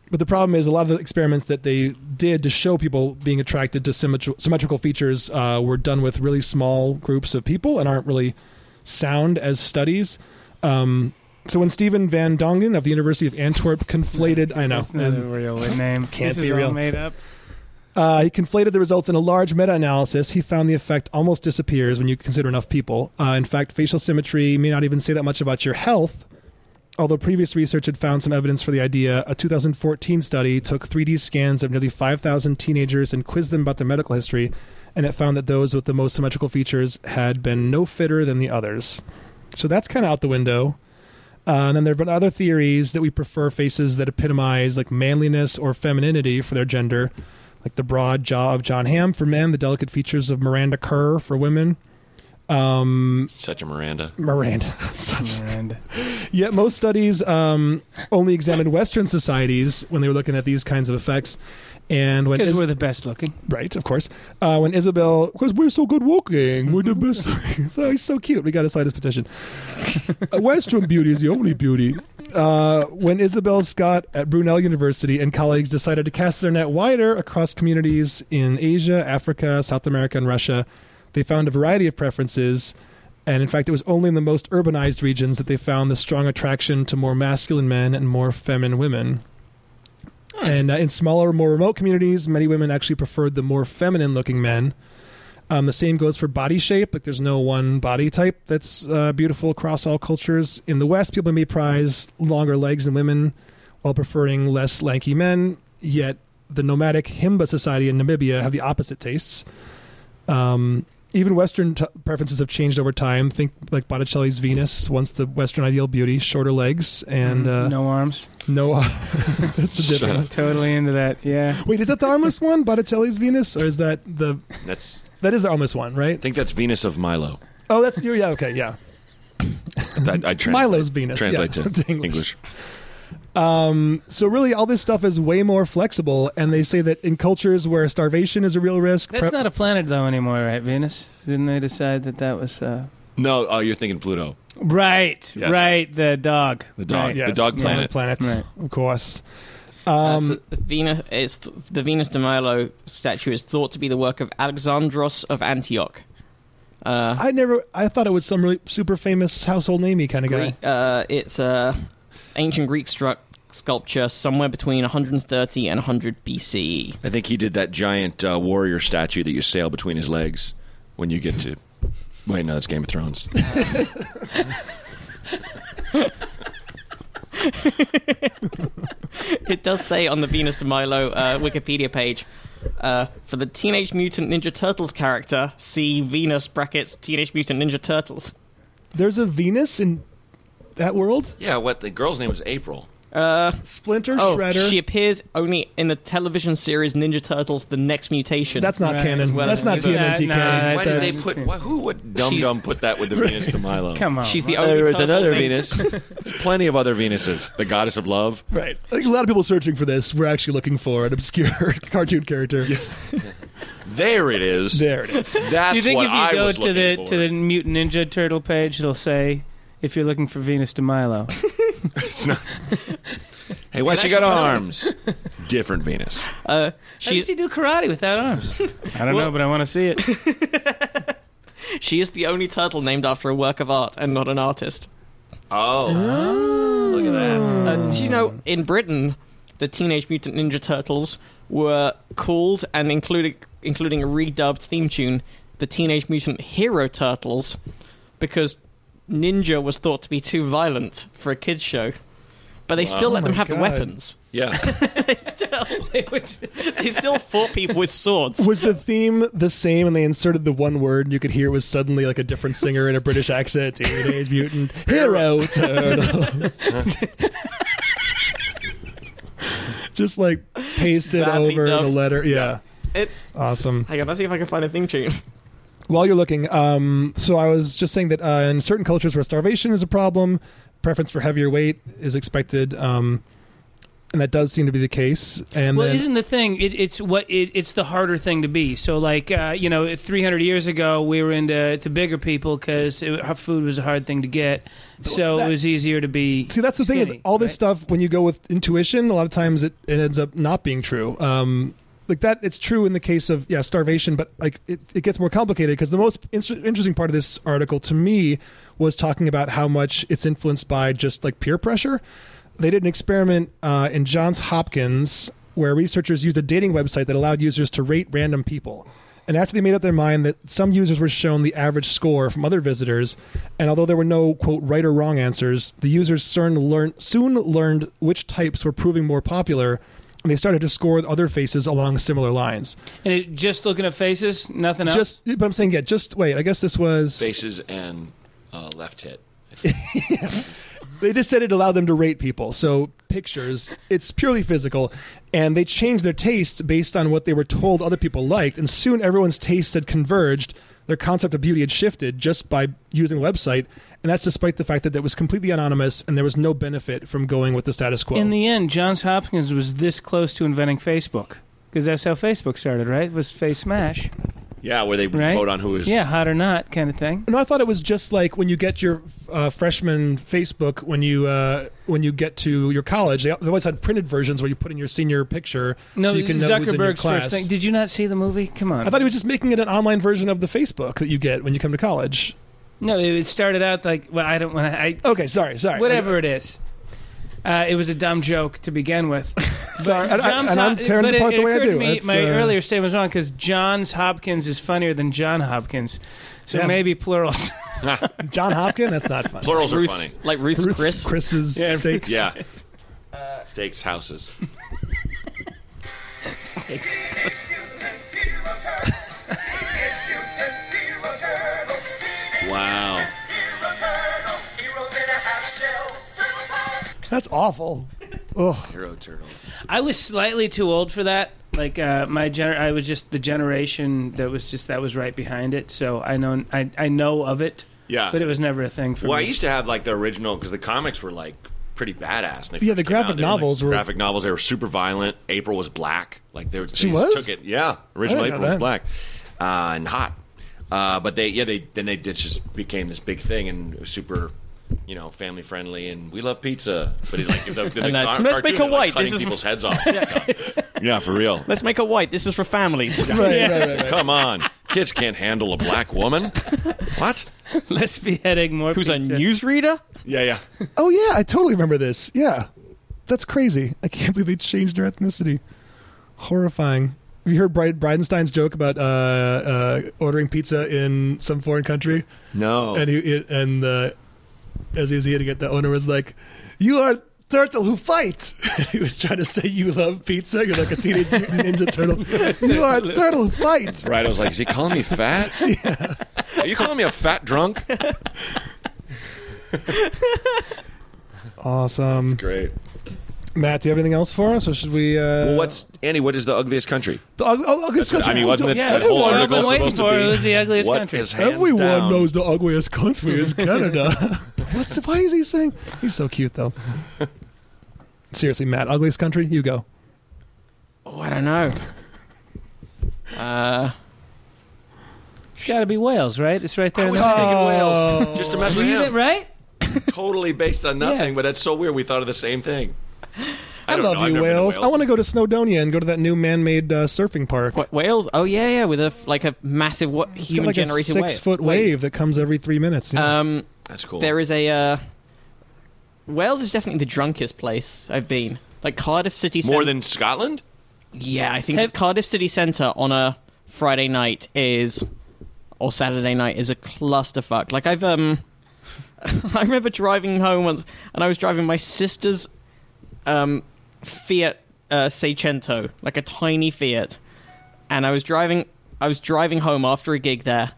but the problem is a lot of the experiments that they did to show people being attracted to symmetri- symmetrical features uh, were done with really small groups of people and aren't really sound as studies um, so when Stephen Van Dongen of the University of Antwerp conflated, I know, That's not a and, real name. Can't this is be real. All made up. uh, he conflated the results in a large meta-analysis. He found the effect almost disappears when you consider enough people. Uh, in fact, facial symmetry may not even say that much about your health. Although previous research had found some evidence for the idea, a 2014 study took 3D scans of nearly 5,000 teenagers and quizzed them about their medical history, and it found that those with the most symmetrical features had been no fitter than the others. So that's kind of out the window. Uh, and then there have been other theories that we prefer faces that epitomize like manliness or femininity for their gender, like the broad jaw of John Hamm for men, the delicate features of Miranda Kerr for women. Um, Such a Miranda. Miranda, such Miranda. Yet most studies um, only examined Western societies when they were looking at these kinds of effects. And when Because Is- we're the best looking. right, of course, uh, when Isabel, because we're so good walking, we're the best. so he's so cute. We got to sign his petition. Uh, Western beauty is the only beauty. Uh, when Isabel Scott at Brunel University and colleagues decided to cast their net wider across communities in Asia, Africa, South America, and Russia, they found a variety of preferences. And in fact, it was only in the most urbanized regions that they found the strong attraction to more masculine men and more feminine women. And uh, in smaller, more remote communities, many women actually preferred the more feminine looking men. Um, the same goes for body shape. Like, there's no one body type that's uh, beautiful across all cultures. In the West, people may prize longer legs in women while preferring less lanky men. Yet, the nomadic Himba society in Namibia have the opposite tastes. Um, even Western t- preferences have changed over time. Think like Botticelli's Venus, once the Western ideal beauty, shorter legs and uh, Mm, no arms. no. that's a different. one. Totally into that. Yeah. Wait, is that the armless one, Botticelli's Venus, or is that the That's. that is the armless one, I right? think that's Venus of Milo. Oh, that's you. Yeah, okay, yeah. I, I translate, Milo's Venus. Translate yeah, to English. Um, so really, all this stuff is way more flexible, and they say that in cultures where starvation is a real risk, That's pre- not a planet, though, anymore, right, Venus? Didn't they decide that that was. Uh... No, oh, you're thinking Pluto, Right. Yes. Right. The dog. the dog, Right. the dog yeah, planet. planets, Right. of course. Uh, Um, so the Venus, it's th- the Venus de Milo statue is thought to be the work of Alexandros of Antioch. Uh, I never. I thought it was some really super famous household namey kind of guy. Greek, uh, it's a it's ancient Greek stru- sculpture somewhere between 130 and 100 BCE. I think he did that giant uh, warrior statue that you sail between his legs when you get to. Wait, no, that's Game of Thrones. It does say on the Venus de Milo uh, Wikipedia page Uh, for the Teenage Mutant Ninja Turtles character, see Venus brackets Teenage Mutant Ninja Turtles. There's a Venus in that world. Yeah, what the girl's name was April. Splinter, Oh, Shredder. she appears only in the television series Ninja Turtles: The Next Mutation. That's not Right, canon. well, that's not you don't- TMNT Nah, canon. nah, Why did they that's- put? Why, who would dum dum put that with the Venus de Milo? Come on. She's the Oh, only there is turtle another named- Venus. There's plenty of other Venuses. The goddess of love. Right. I think a lot of people searching for this. We're actually looking for an obscure cartoon character. There it is. There it is. That's you think what if you I go was to the looking for. to the Mutant Ninja Turtle page, it'll say if you're looking for Venus de Milo. hey, why she got arms? Different Venus. Uh, How does she's he do karate without arms? I don't know, but I want to see it. she is the only turtle named after a work of art and not an artist. Oh, look at that. Uh, do you know in Britain, the Teenage Mutant Ninja Turtles were called and including including a redubbed theme tune, the Teenage Mutant Hero Turtles, because Ninja was thought to be too violent for a kids show. But they still Wow. let Oh them my have the God. weapons. Yeah. they still they, would, they still fought people with swords. Was the theme the same and they inserted the one word and you could hear it was suddenly like a different singer in a British accent? Teenage Mutant Hero Turtles. Just like pasted Badly over dubbed. the letter. Yeah. It- awesome. Hang on, let's see if I can find a theme tune. While you're looking, um, so I was just saying that uh, in certain cultures where starvation is a problem, preference for heavier weight is expected, um, and that does seem to be the case. And well, then, isn't the thing? It, it's what it, it's the harder thing to be. So, like uh, you know, 300 years ago, we were into to bigger people because food was a hard thing to get. So that- it was easier to be. see, that's the thing is skinny, all this right? stuff. When you go with intuition, a lot of times it, it ends up not being true. Um, like that, it's true in the case of yeah starvation, but like it, it gets more complicated because the most inst- interesting part of this article to me was talking about how much it's influenced by just like peer pressure. they did an experiment uh, in Johns Hopkins where researchers used a dating website that allowed users to rate random people. And after they made up their mind that some users were shown the average score from other visitors, and although there were no quote right or wrong answers, the users soon learned, soon learned which types were proving more popular, and they started to score other faces along similar lines. And it, just looking at faces, nothing else. Just, but I'm saying, yeah, just wait. I guess this was Faces and uh, left hit. They just said it allowed them to rate people. So pictures, it's purely physical, and they changed their tastes based on what they were told other people liked. And soon, everyone's tastes had converged. Their concept of beauty had shifted just by using the website, and that's despite the fact that it was completely anonymous and there was no benefit from going with the status quo. in the end, Johns Hopkins was this close to inventing Facebook because that's how Facebook started, right? Was Face Smash, Yeah, where they Right? vote on who is. yeah, hot or not kind of thing. no, I thought it was just like when you get your uh, freshman Facebook when you uh, when you get to your college. They always had printed versions where you put in your senior picture No, so you can know who's in your Zuckerberg's class. first thing. Did you not see the movie? Come on. I thought he was just making it an online version of the Facebook that you get when you come to college. no, it started out like well, I don't want to. I Okay, sorry, sorry. whatever it is. Uh, it was a dumb joke to begin with. Sorry, and, I- Johns and I'm Hop- tearing but it apart it, the way I occurred to do. me, That's, my uh, earlier statement was wrong because Johns Hopkins is funnier than John Hopkins, so Yeah. maybe plurals. John Hopkins, that's not funny. Plurals are funny. Ruth's, like Ruth's, Ruth's Chris. Chris's Yeah, steaks. Yeah. Steaks, houses. Wow. That's awful. Ugh. Hero Turtles. I was slightly too old for that. Like uh, my gener- I was just the generation that was just that was right behind it. So I know I, I know of it, Yeah. but it was never a thing for Well, I me. used to have like the original because the comics were like pretty badass. when they Yeah, first the came graphic out. They like, novels were- graphic novels. They were super violent. April was black. Like they, were, they She just was? took it. Yeah, original I didn't April know was that. black uh, and hot. Uh, but they, yeah, they then they did just became this big thing and it was super, you know, family friendly and we love pizza. But it's like the, the, the And that's- car- let's make cartoons her were, like, white. cutting This is- people's heads off. and stuff. yeah, for real. Let's make a white. This is for families. Right, right, right, right. Come on, kids can't handle a black woman. What? Let's beheading more. Who's pizza. a newsreader? Yeah, yeah. Oh yeah, I totally remember this. Yeah, that's crazy. I can't believe they changed her ethnicity. Horrifying. Have you heard Bride- Bridenstine's joke about uh, uh, ordering pizza in some foreign country? No. uh, and he it, and the as easy to get the owner was like, "You are turtle who fights. he was trying to say, "You love pizza. You're like a teenage mutant ninja turtle. You are a turtle who fights." Right, I was like, is he calling me fat? Are you calling me a fat drunk? Awesome, Great. Matt. Do you have anything else for us, or should we? Uh, Well, what's Annie? What is the ugliest country? The, ug- oh, ugliest country. I mean, Oh, wasn't it Yeah, that whole everyone- I've been article waiting supposed to for be? it. It was the ugliest what country. is hands Everyone down? knows the ugliest country is Canada. What's why is he saying? He's so cute though. Seriously, Matt, ugliest country? You go. Oh, I don't know. Uh, It's got to be Wales, right? It's right there. I in was the- just thinking Oh. Wales, just to mess with You him. think- right? Totally based on Yeah. nothing, but that's so weird. We thought of the same thing. I, don't love know. I've you, never been to Wales. I Wales. want to go to Snowdonia and go to that new man-made uh, surfing park. what, Wales? Oh yeah, yeah, with a f- like a massive what It's got human like a generated wave. six-foot wave, that comes every three minutes. yeah. Um, That's cool. there is a uh, Wales is definitely the drunkest place I've been. Like Cardiff City More Cen- than Scotland? Yeah, I think Have- so. Cardiff City Centre on a Friday night is or Saturday night is a clusterfuck. Like I've um I remember driving home once and I was driving my sister's um Fiat uh, Seicento, like a tiny Fiat. And I was driving I was driving home after a gig there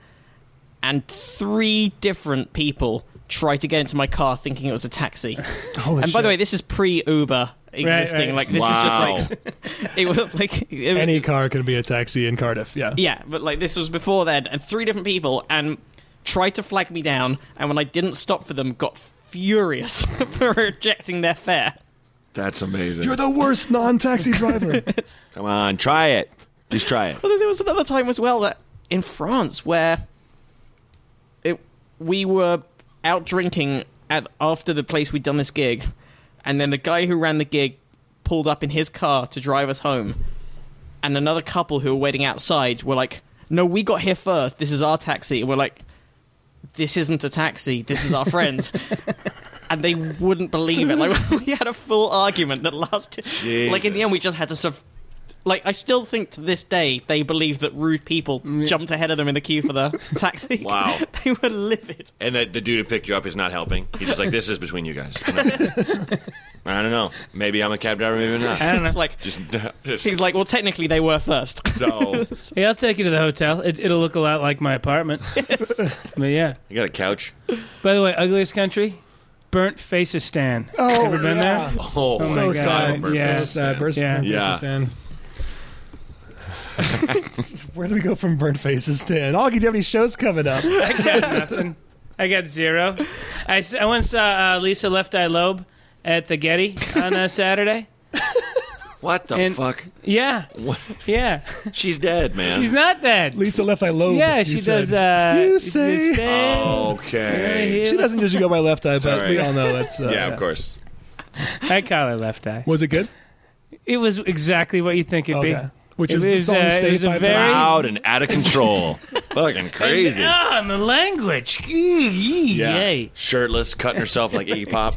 and three different people tried to get into my car thinking it was a taxi. Uh, Holy and by the way, shit. this is pre Uber existing. right. Like this is just like wow. it was like it, any car can be a taxi in Cardiff. Yeah. yeah but like this was before then and three different people and tried to flag me down and when i didn't stop for them got furious for rejecting their fare That's amazing. You're the worst non-taxi driver. Oh Come on, try it. Just try it. but then there was another time as well that in france where it, we were out drinking at, after the place we'd done this gig and then the guy who ran the gig pulled up in his car to drive us home and another couple who were waiting outside were like, "No, we got here first. This is our taxi." And we're like, "This isn't a taxi. This is our friend." and they wouldn't believe it. Like we had a full argument that lasted. Like in the end, we just had to. Sub- like I still think to this day they believe that rude people Mm, jumped ahead of them in the queue for the taxi. Wow. they were livid. And that the dude who picked you up is not helping. He's just like, this is between you guys. I don't know. Maybe I'm a cab driver, maybe I'm I not. don't know. It's like Just, just he's like, "Well, technically they were first. so. Hey, I'll take you to the hotel. It, it'll look a lot like my apartment. but yeah. You got a couch? By the way, ugliest country, burnt Facistan. oh, Ever been yeah. there? Oh, Oh my So my God. sad. God, yeah. So sad. Burst, Yeah. Burnt Faces Yeah. Stan. Where do we go from burnt faces Stan? Augie, do you have any shows coming up? I got zero. I, s- I once saw uh, Lisa Left Eye Lobe at the Getty on a Saturday. What the And- fuck? Yeah, What? yeah. She's dead, man. She's not dead. Lisa Left Eye Lobe. yeah, you she said. does. Uh, you this say. Oh. thing. Okay. She doesn't usually go by Left Eye, but Sorry. we all know that's. Uh, Yeah, of course. I call her Left Eye. Was it good? It was exactly what you think it'd Okay. be. Which It is the was, song uh, it Stay was a Five very- Times. Loud and out of control. Fucking crazy. And, oh, and the language. Yeah. Yay. Shirtless, cutting herself like Iggy Pop.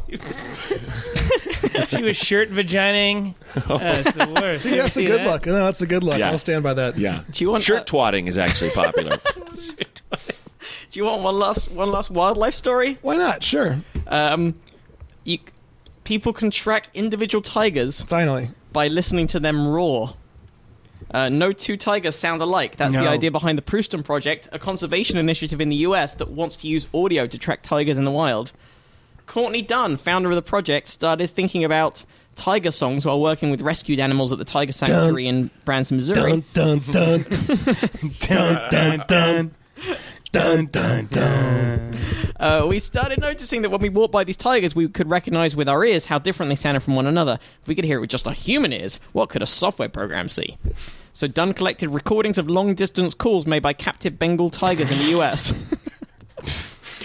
She was shirt vaginaing. Oh, it's the worst. See, that's a good eh? look. No, that's a good look. Yeah. I'll stand by that. Yeah. Do you want uh, Shirt twatting is actually popular. Do you want one last one last wildlife story? Why not? Sure. Um, you, people can track individual tigers Finally. by listening to them roar. Uh, no two tigers sound alike. That's the No. idea behind the Prouston Project, a conservation initiative in the US that wants to use audio to track tigers in the wild. Courtney Dunn, founder of the project, started thinking about tiger songs while working with rescued animals at the Tiger Sanctuary in Branson, Missouri. Dun, dun, dun. dun, dun, dun. Dun, dun, dun. Uh, we started noticing that when we walked by these tigers, we could recognize with our ears how different they sounded from one another. If we could hear it with just our human ears, what could a software program see? So Dunn collected recordings of long distance calls made by captive Bengal tigers in the US.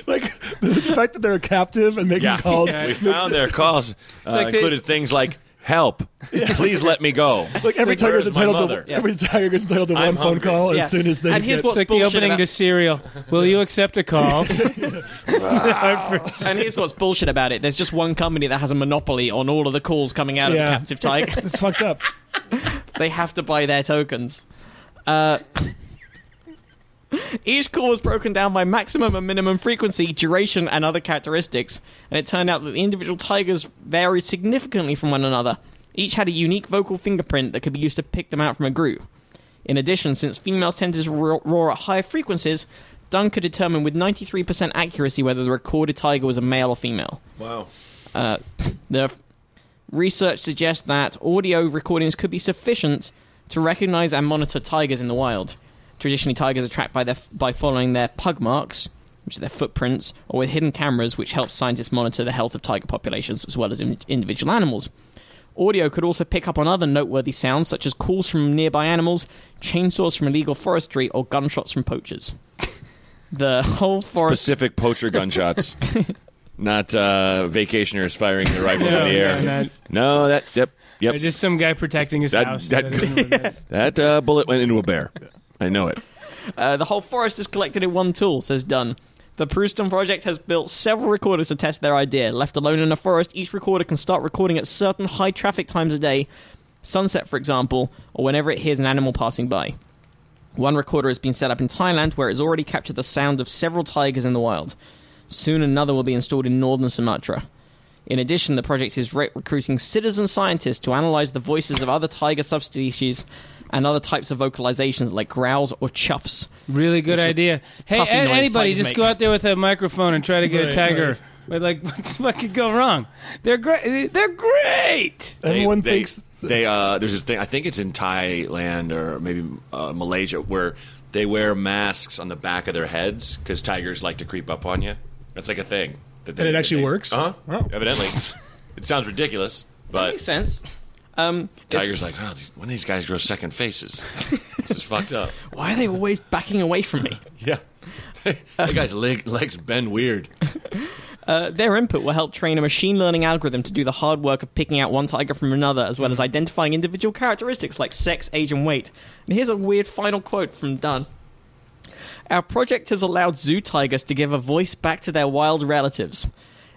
Like, the fact that they're captive and making Yeah. calls. We makes found it- their calls uh, like included this- thing. things like help, please let me go. Like every Like, tiger's where's my entitled to mother? every tiger is entitled to one I'm phone hungry. call Yeah. as soon as they And here's get what's- It's like the bullshit opening about- to Serial. Will you accept a call? and here's what's bullshit about it there's just one company that has a monopoly on all of the calls coming out of Yeah. the captive tiger. it's fucked up. they have to buy their tokens. Uh, Each call was broken down by maximum and minimum frequency, duration, and other characteristics, and it turned out that the individual tigers varied significantly from one another. Each had a unique vocal fingerprint that could be used to pick them out from a group. In addition, since females tend to ro- roar at higher frequencies, Dunn could determine with 93% accuracy whether the recorded tiger was a male or female. Wow. Uh, the f- research suggests that audio recordings could be sufficient to recognize and monitor tigers in the wild. Traditionally, tigers are tracked by, their, f- by following their pug marks, which are their footprints, or with hidden cameras, which help scientists monitor the health of tiger populations as well as in- individual animals. Audio could also pick up on other noteworthy sounds, such as calls from nearby animals, chainsaws from illegal forestry, or gunshots from poachers. The whole forest Pacific poacher gunshots. Not uh, vacationers firing their rifles in the air. no, not- No, that yep, Or yep. just some guy protecting his That- house. that- that, That uh, bullet went into a bear. I know it. Uh, the whole forest is collected in one tool, says Dunn. The Prouston project has built several recorders to test their idea. Left alone in a forest, each recorder can start recording at certain high traffic times a day, sunset, for example, or whenever it hears an animal passing by. One recorder has been set up in Thailand, where it has already captured the sound of several tigers in the wild. Soon, another will be installed in northern Sumatra. In addition, the project is re- recruiting citizen scientists to analyze the voices of other tiger subspecies and other types of vocalizations like growls or chuffs. really good It's a idea. Hey, a- puffy noise anybody, tigers just make. go out there with a microphone and try to get Right, a tiger. right. But like, what's- what could go wrong? They're great. They're great. Everyone they, thinks they uh, there's this thing. I think it's in Thailand or maybe uh, Malaysia where they wear masks on the back of their heads because tigers like to creep up on you. That's like a thing. That they, And it actually they- works? Uh-huh. Wow. Evidently, it sounds ridiculous, makes but sense. Um, it's- tigers like, oh, these, when these guys grow second faces, this is fucked up. why are they always backing away from me? Yeah. that guy's leg, legs bend weird. Uh, their input will help train a machine learning algorithm to do the hard work of picking out one tiger from another, as well as identifying individual characteristics like sex, age, and weight. And here's a weird final quote from Dunn. Our project has allowed zoo tigers to give a voice back to their wild relatives.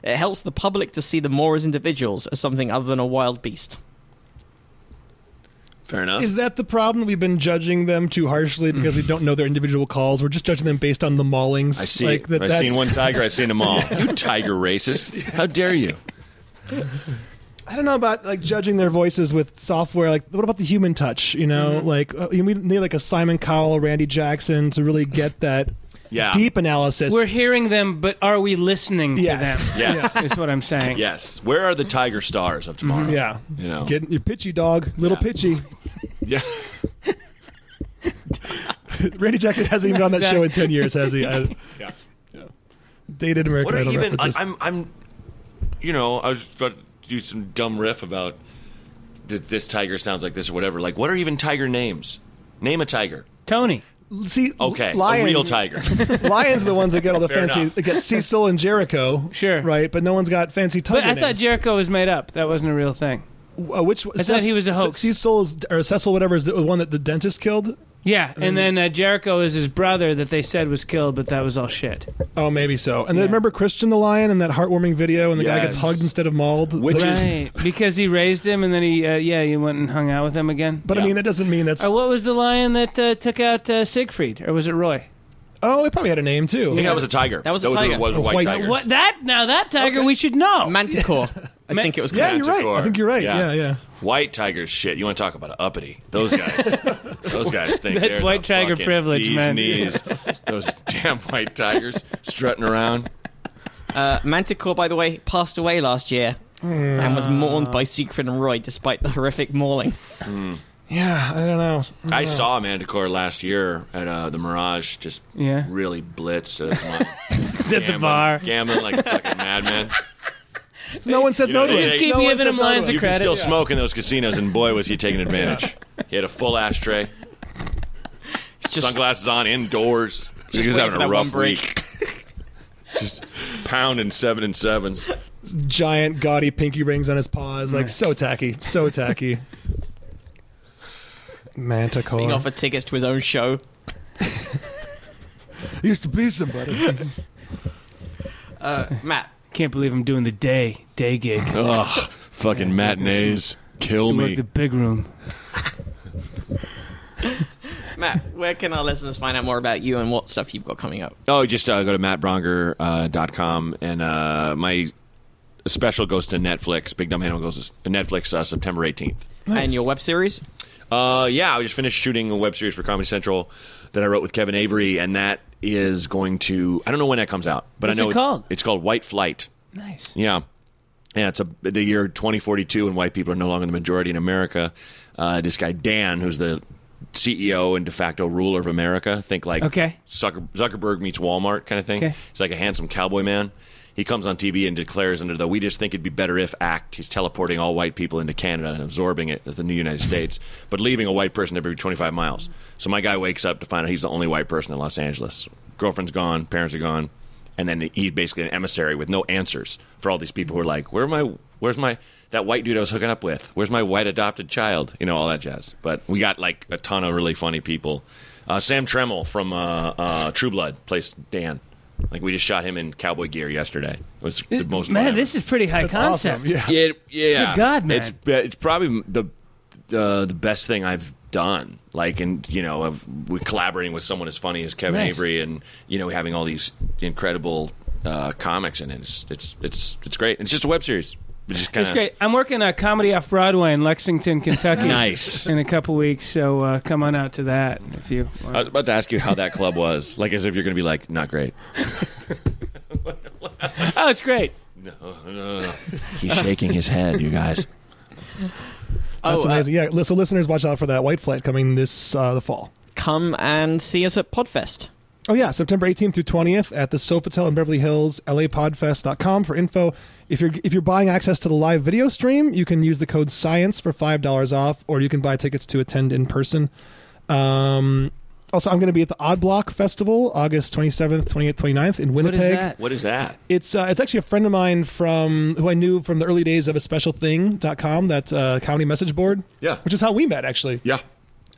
It helps the public to see them more as individuals, as something other than a wild beast. Fair enough. Is that the problem? that We've been judging them too harshly because we don't know their individual calls. We're just judging them based on the maulings. I see. Like, it. that- I've that's- seen one tiger. I've seen them all. you tiger racist! How dare you? I don't know about like judging their voices with software. Like, what about the human touch? You know, Mm-hmm. like uh, you need like a Simon Cowell, Randy Jackson to really get that Yeah. deep analysis. We're hearing them, but are we listening Yes. to them? Yes. is what I'm saying. Yes. Where are the tiger stars of tomorrow? yeah, You know. get your pitchy dog, little Yeah. pitchy. Yeah. Randy Jackson hasn't even been on that show in ten years, has he? I, yeah. dated What American are Idol even? I, references. I'm. I'm. You know, I was about to do some dumb riff about th- this tiger sounds like this or whatever. Like, what are even tiger names? Name a tiger. Tony. see, Okay, lions, a real tiger. lions are the ones that get all the Fair fancy. enough. They get Cecil and Jericho, Sure. right? But no one's got fancy tiger. But I names. thought Jericho was made up. That wasn't a real thing. Uh, which I thought he was a hoax. Cecil is, or Cecil, whatever is the one that the dentist killed. Yeah, and then uh, Jericho is his brother that they said was killed, but that was all shit. Oh, maybe so. And then Yeah. remember Christian the lion in that heartwarming video, and the guy gets Yes. hugged instead of mauled. Which is- Right, because he raised him, and then he, uh, yeah, he went and hung out with him again. but I Yeah. mean that doesn't mean that's. Uh, what was the lion that uh, took out uh, Siegfried, or was it Roy? oh, it probably had a name too. I think that was a tiger. That was a Those tiger. Were, was A white, white- tigers. What that? Now that tiger, we should know. Manticore, I think it was Yeah, called. you're right. I think you're right. Yeah, yeah. Yeah. White tigers, shit. You want to talk about uppity? Those guys. those guys think That they're white the tiger fucking privilege, bee's man. Knees. those damn white tigers strutting around. Uh, Manticore, by the way, passed away last year and was mourned by Siegfried and Roy despite the horrific mauling. Yeah, I don't know. I saw Manticore last year at uh, the Mirage. Just Yeah. really blitz at, at the bar. gambling like a fucking madman. No one says You know, no to they it. just keep no one giving says him no to lines it. of You can credit. still smoke in those casinos, and boy, was he taking advantage. He had a full ashtray, sunglasses on, indoors. he was waiting having for a that rough one break. week. just pounding seven and sevens. Giant gaudy pinky rings on his paws, like so tacky, so tacky. Manticore. Being offered tickets to his own show. used to be somebody. Uh, Matt, Can't believe I'm doing the day day gig. Used Ugh, fucking matinees. Kill to me. work the big room. Matt, where can our listeners find out more about you and what stuff you've got coming up? Oh, just uh, go to mattbronger.com uh, dot com and uh, my special goes to Netflix. Big Dumb Animal goes to Netflix uh, September 18th. And your web series? Uh, yeah, I just finished shooting a web series for Comedy Central that I wrote with Kevin Avery, and that is going to. I don't know when that comes out, but What's I know it called? it's called White Flight. Nice. Yeah. Yeah, it's a, the year 2042, and white people are no longer the majority in America. Uh, this guy, Dan, who's the CEO and de facto ruler of America, think like Okay. Zucker, Zuckerberg meets Walmart kind of thing. Okay. He's like a handsome cowboy man. He comes on TV and declares under the We Just Think It'd Be Better If Act, he's teleporting all white people into Canada and absorbing it as the new United States, but leaving a white person every 25 miles. So my guy wakes up to find out he's the only white person in Los Angeles. Girlfriend's gone, parents are gone, and then he's basically an emissary with no answers for all these people who are like, Where am I? Where's my that white dude I was hooking up with? Where's my white adopted child? You know all that jazz. But we got like a ton of really funny people. Uh, Sam Tremmel from uh, uh, True Blood plays Dan. Like we just shot him in cowboy gear yesterday. It was the most fun Man, ever. this is pretty high That's concept. awesome. Yeah. yeah, it- yeah. Good God, man. It's it's probably the uh, the best thing I've done. Like, and you know, of we collaborating with someone as funny as Kevin Nice. Avery, and you know, having all these incredible uh, comics in it. It's it's it's it's great. It's just a web series. It's just kind It's great. I'm working a comedy off Broadway in Lexington, Kentucky. Nice. In a couple weeks, so uh, come on out to that if you. I Want. was about to ask you how that club was. Like, as if you're going to be like, not great. oh, it's great. He's shaking his head, you guys. That's oh, uh, amazing. yeah. li- So listeners, watch out for that white flight coming this uh, the fall. come and see us at Podfest. Oh yeah, September 18th through 20th at the Sofitel in Beverly Hills, lapodfest.com for info. If you're if you're buying access to the live video stream, you can use the code science for $5 off or you can buy tickets to attend in person. Um also, I'm going to be at the Odd Block Festival, August 27th, 28th, 29th in What Winnipeg. is that? What is that? It's uh, it's actually a friend of mine from who I knew from the early days of a special thing.com, that uh, county message board. Yeah. Which is how we met actually Yeah.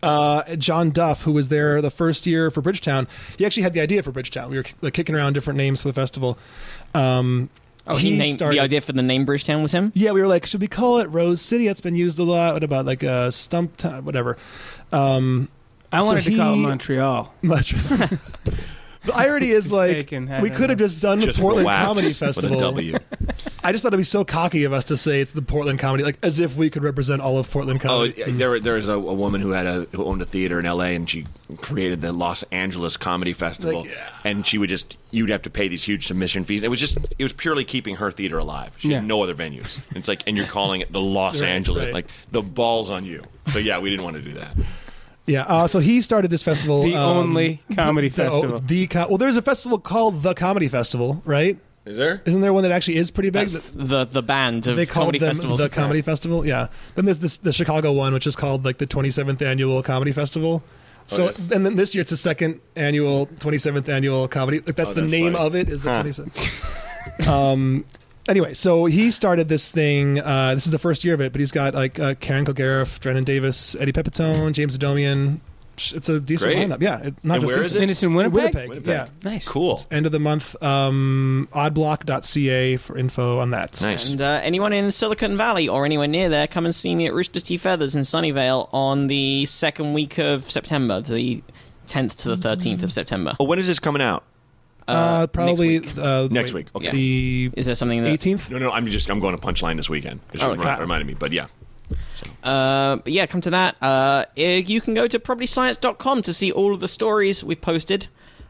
uh, John Duff, who was there the first year for Bridgetown, he actually had the idea for Bridgetown. We were like, kicking around different names for the festival. Um, Oh, he, named the idea for the name Bridgetown was him. Yeah, we were like, should we call it Rose City? That's been used a lot. What about like uh, Stump Town? Whatever. Um, I So wanted to call it he- Montreal. much. the irony is like Mistaken, I we don't could have know. just done Just the Portland relax Comedy with a Festival. W. I just thought it'd be so cocky of us to say it's the Portland Comedy, like as if we could represent all of Portland Oh, comedy. yeah, there there was a, a woman who had a who owned a theater in L.A. and she created the Los Angeles Comedy Festival, Like, yeah. and she would just you'd have to pay these huge submission fees. It was just it was purely keeping her theater alive. She had Yeah. no other venues. It's like and you're calling it the Los Right, Angeles, right. like the balls on you. So yeah, we didn't want to do that. Yeah. Uh, so he started this festival. The um, only comedy the- festival. The co- well, there's a festival called the Comedy Festival, right? Is there? Isn't there one that actually is pretty big? That's the the band of they called comedy them festivals. the comedy festival. Yeah. Then there's this the Chicago one, which is called like the 27th annual comedy festival. So Oh, yeah. and then this year it's the second annual 27th annual comedy. Like that's Oh, the that's name funny. of it is the 27th. um. Anyway, so he started this thing. Uh, this is the first year of it, but he's got like uh, Karen Kilgariff, Drennan Davis, Eddie Pepitone, James Adomian. It's a decent Great. lineup. Yeah, it, not And just where is decent. it? And it's in Winnipeg. Winnipeg. Winnipeg. Yeah. Nice. Cool. End of the month. Um, oddblock.ca for info on that. Nice. And uh, anyone in Silicon Valley or anywhere near there, come and see me at Rooster Teeth Feathers in Sunnyvale on the second week of September, the 10th to the 13th of September. Oh, when is this coming out? Uh, Uh, next probably week. Uh, Next wait, week, okay. The Is uh, there something that? eighteenth. No, no, I'm just I'm going to Punchline this weekend. It Oh, should okay. remi- reminded me, but yeah. Uh, but yeah, come to that. Uh, eh, you can go to probablyscience.com to see all of the stories we've posted.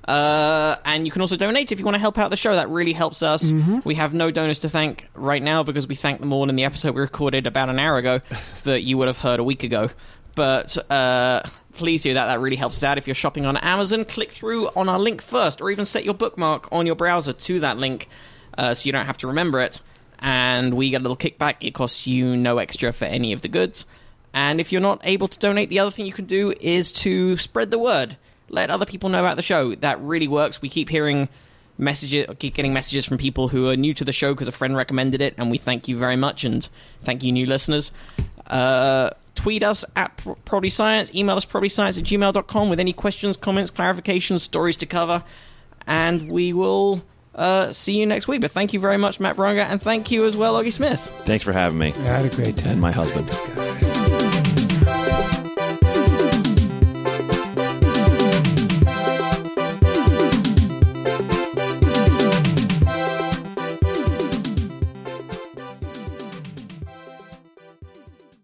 Uh, and you can also donate if you want to help out the show. That really helps us. We have no donors to thank right now because we thanked them all in the episode we recorded about an hour ago that you would have heard a week ago. But uh, please do that. That really helps us out. If you're shopping on Amazon, click through on our link first or even set your bookmark on your browser to that link uh, so you don't have to remember it. And we get a little kickback. It costs you no extra for any of the goods. And if you're not able to donate, the other thing you can do is to spread the word. Let other people know about the show. That really works. We keep hearing messages, keep getting messages from people who are new to the show because a friend recommended it, and we thank you very much. And thank you, new listeners. Uh, tweet us at Pro- Probably Science, email us probablyscience at gmail.com with any questions, comments, clarifications, stories to cover. And we will uh, see you next week. But thank you very much, Matt Bronger, and thank you as well, Augie Smith. Thanks for having me I had a great time. and my husband. Guys.